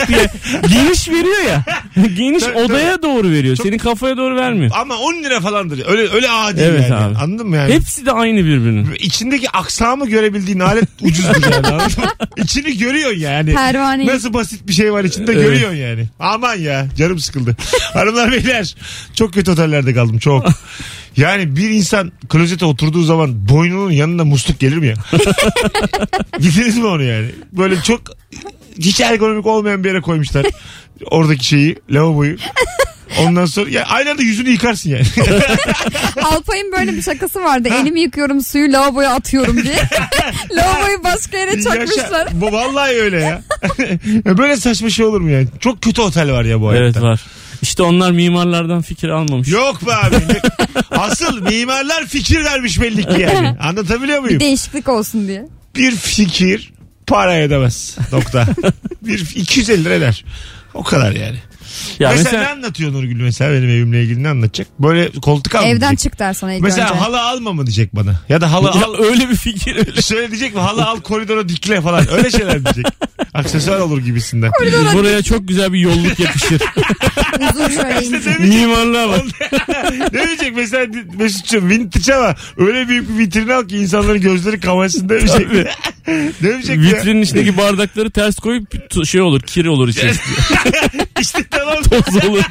Speaker 3: diye geniş veriyor ya. (laughs) Geniş
Speaker 2: Tabii,
Speaker 3: odaya doğru veriyor. Senin kafaya doğru vermiyor.
Speaker 2: Ama 10 lira falandır. Öyle öyle adi
Speaker 3: Evet
Speaker 2: yani.
Speaker 3: abi.
Speaker 2: Anladın mı yani?
Speaker 3: Hepsi de aynı birbirinin.
Speaker 2: İçindeki aksamı görebildiğin alet ucuzdur yani anladın mı? İçini görüyorsun yani.
Speaker 4: Pervaneyi.
Speaker 2: Nasıl basit bir şey var içinde görüyorsun yani. Aman ya canım sıkıldı. Hanımlar beyler çok kötü otellerde kaldım çok. Yani bir insan klozete oturduğu zaman boynunun yanında musluk gelir mi ya? Bildiniz mi onu yani? Böyle çok hiç ergonomik olmayan bir yere koymuşlar. Oradaki şeyi lavaboyu. Ondan sonra ya aynı anda yüzünü yıkarsın yani.
Speaker 4: Alpay'ın böyle bir şakası vardı. Elimi yıkıyorum suyu lavaboya atıyorum diye.
Speaker 2: (laughs)
Speaker 4: Lavaboyu başka yere çakmışlar.
Speaker 2: Yaşa- Bu vallahi öyle ya. (laughs) Ya Böyle saçma şey olur mu ya? Çok kötü otel var ya bu hayatta.
Speaker 3: Evet var. İşte onlar mimarlardan fikir almamış.
Speaker 2: Yok be abi. (laughs) Ne- Asıl mimarlar fikir vermiş belli ki yani. Anlatabiliyor muyum?
Speaker 4: Bir değişiklik olsun diye.
Speaker 2: Bir fikir
Speaker 3: (laughs)
Speaker 2: para edemez. Nokta. bir 250 lira eder. O kadar yani.
Speaker 3: Ya
Speaker 2: mesela,
Speaker 3: mesela-
Speaker 2: ne anlatıyor Nurgül mesela benim evimle ilgili ne anlatacak? Böyle koltuk alma
Speaker 4: Evden
Speaker 2: diyecek.
Speaker 4: çık der sana ilk
Speaker 2: Mesela
Speaker 4: önce.
Speaker 2: halı alma mı diyecek bana? Ya da halı
Speaker 3: Ya
Speaker 2: al
Speaker 3: öyle bir fikir öyle.
Speaker 2: şöyle diyecek mi? Halı al koridora dikle falan. Öyle şeyler
Speaker 3: (laughs)
Speaker 2: diyecek. Aksesuar olur gibisinden.
Speaker 3: Buraya çok güzel
Speaker 2: (laughs)
Speaker 3: bir yolluk yakışır.
Speaker 4: Uzun şöyle ince.
Speaker 3: Mimarlığa bak.
Speaker 2: (laughs) ne diyecek mesela Mesut'cum vintage ama öyle büyük bir vitrini al ki insanların gözleri kamaşsın demeyecek. (laughs) ne diyecek ya?
Speaker 3: Vitrinin içindeki bardakları ters koyup tu- şey olur kir olur
Speaker 2: (laughs)
Speaker 3: içerisinde.
Speaker 2: İşte tamam.
Speaker 3: Toz olur.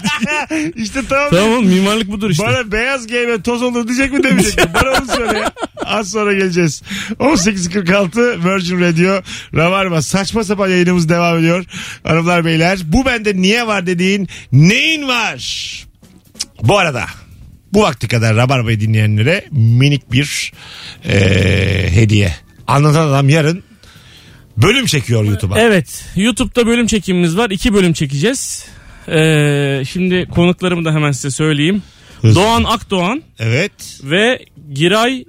Speaker 2: işte tamam.
Speaker 3: tamam oğlum mimarlık budur işte.
Speaker 2: Bana beyaz giyme toz olur diyecek mi demeyecek mi? Bana onu söyle ya. Az sonra geleceğiz. 18.46 Virgin Radio Rabarba saçma sapan yayınımız devam ediyor. Hanımlar beyler bu bende niye var dediğin neyin var? Bu arada bu vakti kadar Rabarba'yı dinleyenlere minik bir eee, hediye. Anlatan adam yarın bölüm çekiyor YouTube'a.
Speaker 3: Evet. YouTube'da bölüm çekimimiz var. İki bölüm çekeceğiz. Ee, şimdi konuklarımı da hemen size söyleyeyim.
Speaker 2: Hızlı.
Speaker 3: Doğan Akdoğan
Speaker 2: Evet.
Speaker 3: ve Giray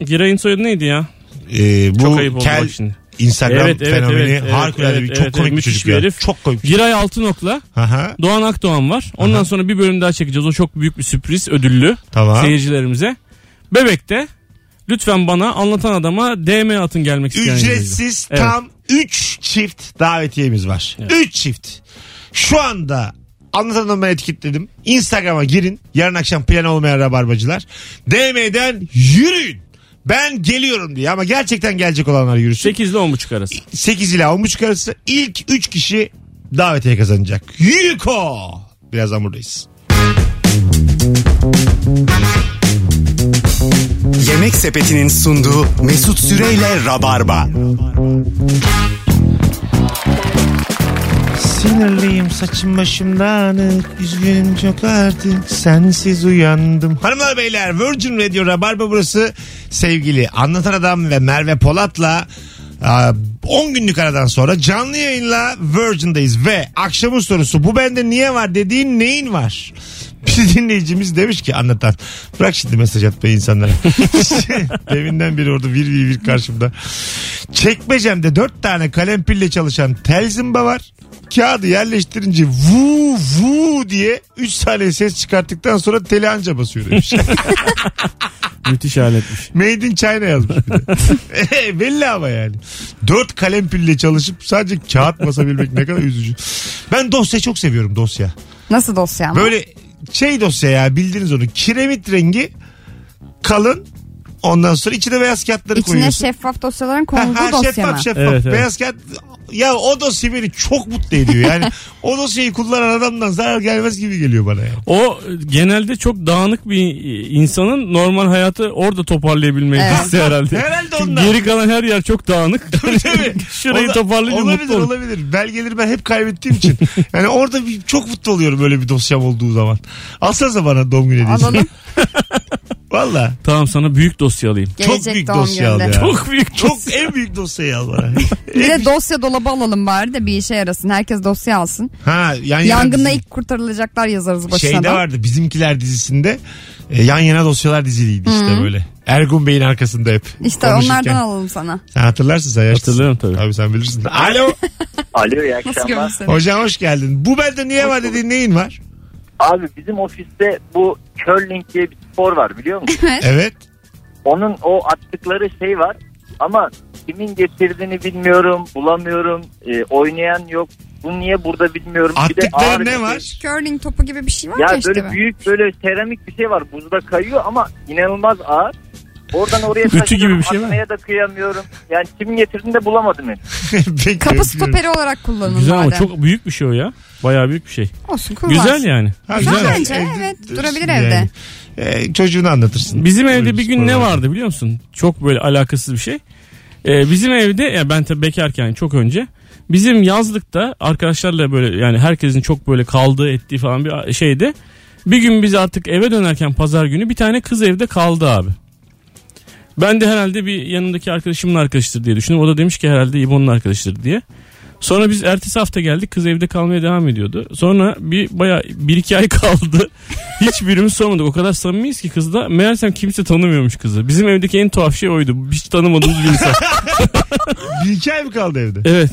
Speaker 3: Giray'ın soyadı neydi ya?
Speaker 2: Eee, e, bu
Speaker 3: Çok ayıp oldu
Speaker 2: kel
Speaker 3: bak şimdi.
Speaker 2: Instagram
Speaker 3: Evet, evet,
Speaker 2: fenomeni
Speaker 3: evet,
Speaker 2: harikulade
Speaker 3: evet,
Speaker 2: bir- çok
Speaker 3: evet,
Speaker 2: komik bir
Speaker 3: müthiş
Speaker 2: çocuk
Speaker 3: bir
Speaker 2: ya.
Speaker 3: herif.
Speaker 2: Çok komik. bir çocuk.
Speaker 3: Giray Altınok'la
Speaker 2: Aha,
Speaker 3: Doğan Akdoğan var. Ondan sonra bir bölüm daha çekeceğiz. O çok büyük bir sürpriz ödüllü
Speaker 2: tamam.
Speaker 3: seyircilerimize. Bebek'te lütfen bana anlatan adama DM atın gelmek isteyen.
Speaker 2: Ücretsiz
Speaker 3: Evet.
Speaker 2: tam 3 çift davetiyemiz var. 3 çift. Şu anda anlatanım ben etiketledim. Instagram'a girin. Yarın akşam plan olmayan rabarbacılar. DM'den yürüyün. Ben geliyorum diye ama gerçekten gelecek olanlar yürüsün.
Speaker 3: 8 ile 10.30 arası.
Speaker 2: 8 ila 10.30 arası ilk 3 kişi davetiye kazanacak. Yuko! Birazdan buradayız.
Speaker 1: Yemek Sepeti'nin sunduğu Mesut Süreyle Rabarba.
Speaker 2: Sinirliyim saçım başımdan Üzgünüm çok artık Sensiz uyandım Hanımlar beyler Virgin Radio Rabarba burası Sevgili Anlatan Adam ve Merve Polat'la aa, 10 günlük aradan sonra canlı yayınla Virgin'dayız ve akşamın sorusu bu bende niye var dediğin neyin var? Bir dinleyicimiz demiş ki anlatan bırak şimdi mesaj atmayı insanlara. Deminden beri orada bir bir bir karşımda. Çekmecemde dört tane kalem pille çalışan tel zımba var. Kağıdı yerleştirince vu vu diye 3 saniye ses çıkarttıktan sonra teli anca basıyor demiş.
Speaker 3: Müthiş aletmiş.
Speaker 2: Made in China yazmış bir de. Ee, Belli ama yani. Dört kalem pille çalışıp sadece kağıt basabilmek ne kadar üzücü. Ben dosya çok seviyorum dosya.
Speaker 4: Nasıl dosya ama?
Speaker 2: Böyle şey dosya ya bildiniz onu. Kiremit rengi kalın. Ondan sonra içine beyaz kağıtları
Speaker 4: İçine
Speaker 2: koyuyorsun.
Speaker 4: şeffaf dosyaların
Speaker 2: (laughs) Ha,
Speaker 4: konulduğu
Speaker 2: ha,
Speaker 4: dosya mı?
Speaker 2: şeffaf şeffaf.
Speaker 3: Evet, evet.
Speaker 2: Beyaz kağıt. Ya o dosya beni çok mutlu ediyor.
Speaker 4: (laughs)
Speaker 2: Yani o dosyayı kullanan adamdan zarar gelmez gibi geliyor bana yani.
Speaker 3: O genelde çok dağınık bir insanın normal hayatı orada toparlayabilmeyi
Speaker 4: Evet.
Speaker 3: hissi herhalde.
Speaker 2: Herhalde
Speaker 3: Çünkü
Speaker 2: ondan.
Speaker 3: Geri kalan her yer çok dağınık.
Speaker 2: (laughs) Tabii.
Speaker 3: (laughs) Şurayı
Speaker 2: Ola-
Speaker 3: toparlayınca
Speaker 2: Olabilir
Speaker 3: mutlu olur.
Speaker 2: olabilir. Belgeleri ben hep kaybettiğim
Speaker 3: (laughs)
Speaker 2: için. Yani orada bir, çok mutlu oluyorum böyle bir dosyam olduğu zaman. Alsanıza bana doğum günü hediyesi.
Speaker 4: Alalım.
Speaker 2: Valla.
Speaker 3: Tamam sana büyük dosya alayım.
Speaker 4: Gelecek
Speaker 2: Çok büyük
Speaker 4: doğum
Speaker 2: dosya al
Speaker 4: gününde.
Speaker 2: ya.
Speaker 3: Çok büyük
Speaker 2: Çok
Speaker 4: (laughs)
Speaker 3: dosya.
Speaker 2: en büyük dosyayı al bana.
Speaker 4: Bir de dosya dolabı alalım bari de bir işe yarasın. Herkes dosya alsın.
Speaker 2: ha, yan yana
Speaker 4: Yangında
Speaker 2: dizi-
Speaker 4: ilk kurtarılacaklar yazarız başına
Speaker 2: Şey Şeyde
Speaker 4: da.
Speaker 2: vardı bizimkiler dizisinde e, yan yana dosyalar diziliydi işte böyle. Ergun Bey'in arkasında hep.
Speaker 4: İşte
Speaker 2: konuşurken.
Speaker 4: onlardan alalım sana.
Speaker 2: Sen hatırlarsın sen yaşlısın.
Speaker 3: Hatırlıyorum tabii.
Speaker 2: Tabii sen bilirsin. Alo.
Speaker 4: (laughs)
Speaker 5: Alo iyi
Speaker 4: Nasıl
Speaker 5: akşamlar.
Speaker 4: görürsün?
Speaker 2: Hocam hoş geldin. Bu bende niye
Speaker 5: Hoş
Speaker 2: var
Speaker 5: bulduk.
Speaker 2: dediğin neyin var?
Speaker 5: Abi bizim ofiste bu curling diye bir spor var biliyor musun?
Speaker 2: Evet.
Speaker 5: Onun o attıkları şey var ama kimin getirdiğini bilmiyorum, bulamıyorum, e, oynayan yok. Bu niye burada bilmiyorum. Bir de ağır
Speaker 2: Attıkları
Speaker 5: bir şey.
Speaker 2: ne var?
Speaker 4: Curling topu gibi bir şey var
Speaker 5: Ya
Speaker 4: ya işte.
Speaker 5: böyle
Speaker 4: be.
Speaker 5: büyük böyle seramik bir şey var. Buzda kayıyor ama inanılmaz ağır. Oradan oraya
Speaker 3: Ütü
Speaker 5: taşıyorum,
Speaker 3: gibi bir şey mi?
Speaker 5: atmaya da kıyamıyorum. Yani kimin getirdiğini de bulamadım henüz.
Speaker 2: (laughs) Peki,
Speaker 4: Kapı
Speaker 2: öpüyorum.
Speaker 4: stoperi olarak kullanın
Speaker 3: Güzel ama
Speaker 4: madem.
Speaker 3: çok büyük bir şey o ya. Bayağı büyük bir şey.
Speaker 4: Olsun kullan.
Speaker 3: Güzel yani.
Speaker 2: Ha,
Speaker 4: Güzel bence, evet.
Speaker 2: dursun
Speaker 4: Durabilir
Speaker 2: yani.
Speaker 4: evde.
Speaker 2: Ee, çocuğunu anlatırsın.
Speaker 3: Bizim
Speaker 2: Böyle
Speaker 3: evde bir gün
Speaker 2: spor
Speaker 3: ne
Speaker 2: var.
Speaker 3: vardı biliyor musun? Çok böyle alakasız bir şey. Ee, bizim evde ya ben tabii bekarken çok önce bizim yazlıkta arkadaşlarla böyle yani herkesin çok böyle kaldığı ettiği falan bir şeydi. Bir gün biz artık eve dönerken pazar günü bir tane kız evde kaldı abi. Ben de herhalde bir yanındaki arkadaşımın arkadaşıdır diye düşündüm. O da demiş ki herhalde İbo'nun arkadaşıdır diye. Sonra biz ertesi hafta geldik. Kız evde kalmaya devam ediyordu. Sonra bir baya bir iki ay (laughs) kaldı. Hiçbirimiz sormadık. O kadar samimiyiz ki kızla. Meğersem kimse tanımıyormuş kızı. Bizim evdeki en tuhaf şey oydu. Hiç tanımadığımız bir
Speaker 2: (laughs)
Speaker 3: insan.
Speaker 2: Bir iki ay mı kaldı evde?
Speaker 3: Evet.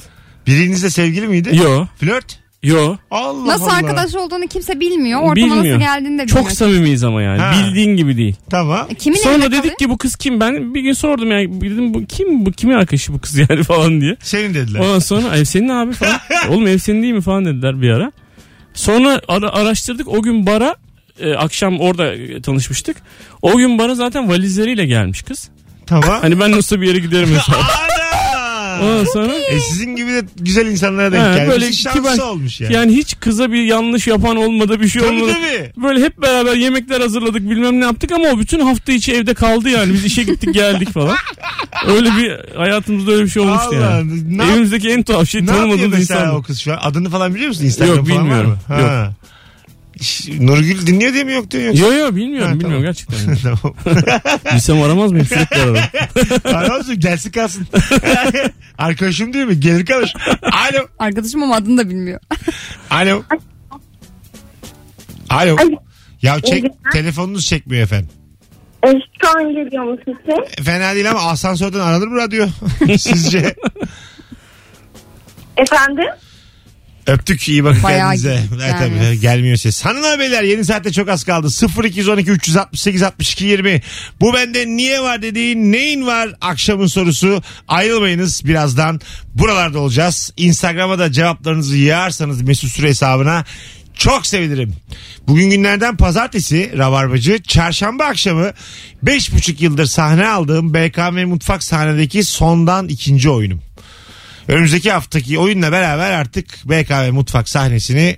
Speaker 2: Birinizle sevgili miydi?
Speaker 3: Yo.
Speaker 2: Flört?
Speaker 3: Yo.
Speaker 2: Allah
Speaker 4: Nasıl
Speaker 2: Allah.
Speaker 4: arkadaş olduğunu kimse bilmiyor. Ortama
Speaker 3: Bilmiyor.
Speaker 4: nasıl geldiğini de bilmiyor.
Speaker 3: Çok samimiyiz ama yani.
Speaker 2: Ha.
Speaker 3: Bildiğin gibi değil.
Speaker 2: Tamam.
Speaker 4: Kimin
Speaker 3: Sonra
Speaker 4: evine
Speaker 3: dedik
Speaker 4: kalıyor?
Speaker 3: ki bu kız kim? Ben bir gün sordum yani dedim bu kim bu kimin arkadaşı bu kız yani (laughs) falan diye.
Speaker 2: Senin dediler.
Speaker 3: Ondan sonra ev senin
Speaker 2: (laughs)
Speaker 3: abi falan. Oğlum ev senin değil mi falan dediler bir ara. Sonra ara- araştırdık o gün bara e, akşam orada e, tanışmıştık. O gün bara zaten valizleriyle gelmiş kız.
Speaker 2: Tamam.
Speaker 3: Hani ben nasıl bir
Speaker 2: (laughs)
Speaker 3: yere giderim mesela.
Speaker 2: Ana!
Speaker 3: Ondan sonra
Speaker 2: E sizin gibi de güzel insanlara denk
Speaker 3: Ha,
Speaker 2: gelmiş.
Speaker 3: böyle
Speaker 2: Şansı
Speaker 3: kibar-
Speaker 2: olmuş yani.
Speaker 3: yani hiç kıza bir yanlış yapan olmadı bir şey
Speaker 2: Tabii
Speaker 3: olmadı.
Speaker 2: tabii.
Speaker 3: Böyle hep beraber yemekler hazırladık bilmem ne yaptık ama o bütün hafta içi evde kaldı yani. Biz işe gittik geldik
Speaker 2: (laughs)
Speaker 3: falan. Öyle bir hayatımızda öyle bir şey olmuştu
Speaker 2: Allah,
Speaker 3: yani.
Speaker 2: ne yap-
Speaker 3: Evimizdeki en tuhaf şey
Speaker 2: Ne yapıyor
Speaker 3: tanımadığımız
Speaker 2: mesela
Speaker 3: insan.
Speaker 2: o kız şu an? Adını falan biliyor musun? Instagram
Speaker 3: Yok,
Speaker 2: falan
Speaker 3: bilmiyorum.
Speaker 2: var mı? Ha. Ş- Nurgül dinliyor diye mi yok diyor yoksa?
Speaker 3: Yo yo bilmiyorum
Speaker 2: Ha,
Speaker 3: bilmiyorum
Speaker 2: tamam. (laughs)
Speaker 3: gerçekten.
Speaker 2: tamam.
Speaker 3: Bilsem aramaz mıyım sürekli ararım.
Speaker 2: Aramazsın gelsin kalsın. (laughs) Arkadaşım değil mi? Gelir kalır. Alo.
Speaker 4: Arkadaşım ama adını
Speaker 3: (laughs)
Speaker 4: da bilmiyor.
Speaker 2: Alo. Alo.
Speaker 8: Alo.
Speaker 2: Ya çek,
Speaker 8: İyi günler.
Speaker 2: telefonunuz çekmiyor efendim.
Speaker 8: E, şu an geliyor mu sesim?
Speaker 2: Fena değil ama asansörden aranır mı radyo? (laughs) Sizce?
Speaker 8: Efendim?
Speaker 2: Öptük iyi bakın
Speaker 4: Bayağı
Speaker 2: kendinize.
Speaker 4: gittik
Speaker 2: Evet,
Speaker 4: yani.
Speaker 2: tabii, gelmiyor ses. Hanımlar beyler yeni saatte çok az kaldı. 0212 368 62 20. Bu bende niye var dediğin neyin var akşamın sorusu. Ayrılmayınız birazdan buralarda olacağız. Instagram'a da cevaplarınızı yağarsanız Mesut Süre hesabına çok sevinirim. Bugün günlerden pazartesi Rabarbacı. Çarşamba akşamı 5,5 yıldır sahne aldığım BKM Mutfak sahnedeki sondan ikinci oyunum. Önümüzdeki haftaki oyunla beraber artık BKV mutfak sahnesini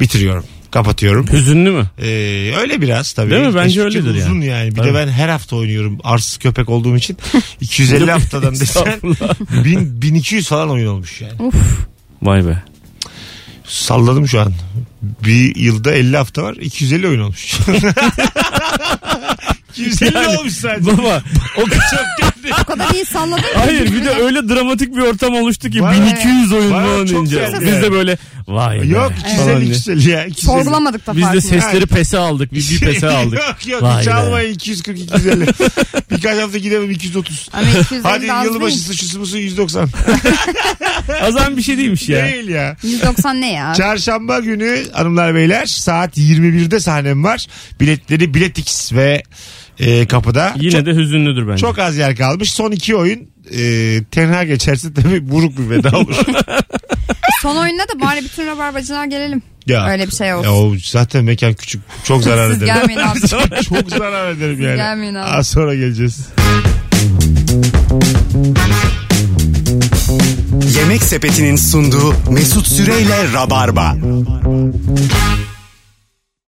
Speaker 2: bitiriyorum. Kapatıyorum.
Speaker 3: Hüzünlü mü?
Speaker 2: Ee, öyle biraz tabii.
Speaker 3: Değil mi? Bence
Speaker 2: Çünkü
Speaker 3: öyledir yani.
Speaker 2: uzun yani. Bir de
Speaker 3: Tabii.
Speaker 2: ben her hafta oynuyorum. Arsız köpek olduğum
Speaker 3: (laughs)
Speaker 2: için. 250 haftadan desen
Speaker 3: Estağfurullah.
Speaker 2: 1000, 1200 falan oyun olmuş yani.
Speaker 3: Vay be.
Speaker 2: Salladım şu an. Bir yılda 50 hafta var. 250 oyun olmuş.
Speaker 3: (laughs)
Speaker 2: (laughs) 250
Speaker 3: Yani-
Speaker 2: olmuş sadece.
Speaker 3: Baba o
Speaker 2: Çok kötü.
Speaker 4: O kadar iyi salladın ki.
Speaker 3: Hayır bir de öyle dramatik bir ortam oluştu ki
Speaker 2: Bana-
Speaker 3: 1200 oyun
Speaker 2: Bana
Speaker 3: falan
Speaker 2: çok
Speaker 3: deyince.
Speaker 2: güzel
Speaker 3: Biz de
Speaker 2: yani.
Speaker 3: böyle vay be.
Speaker 2: Yok şey-
Speaker 3: falan
Speaker 2: 250
Speaker 3: diye.
Speaker 2: 250 ya. 250.
Speaker 4: Sorgulamadık da
Speaker 3: Biz de
Speaker 4: farkında.
Speaker 3: sesleri pese aldık. Bir,
Speaker 2: (laughs)
Speaker 3: bir pese aldık.
Speaker 2: Şey, yok yok
Speaker 3: Vay
Speaker 2: hiç
Speaker 3: be.
Speaker 2: almayın 240
Speaker 3: (laughs)
Speaker 2: 250. Birkaç hafta gidemem 230.
Speaker 4: Ama 250
Speaker 2: Hadi
Speaker 4: az
Speaker 2: yılbaşı
Speaker 4: değil.
Speaker 2: sıçısı mısın 190.
Speaker 3: Azan bir şey değilmiş (laughs) ya.
Speaker 2: Değil ya.
Speaker 4: 190 ne ya?
Speaker 2: Çarşamba günü hanımlar beyler saat 21'de sahnem var. Biletleri Biletix ve e, kapıda.
Speaker 3: Yine de hüzünlüdür bence.
Speaker 2: Çok az yer kalmış. Son iki oyun e, tenha geçerse tabii buruk bir veda
Speaker 3: (laughs)
Speaker 2: olur.
Speaker 4: Son oyunda da bari bütün rabarbacılar gelelim.
Speaker 2: ya.
Speaker 4: Öyle bir şey olsun.
Speaker 2: Ya o zaten mekan küçük. Çok zarar
Speaker 4: Siz
Speaker 2: ederim.
Speaker 4: gelmeyin abi.
Speaker 2: (laughs)
Speaker 3: (laughs)
Speaker 2: Çok zarar ederim yani.
Speaker 4: gelmeyin abi.
Speaker 2: Az sonra geleceğiz.
Speaker 1: Yemek Sepeti'nin sunduğu Mesut Süreyle Rabarba.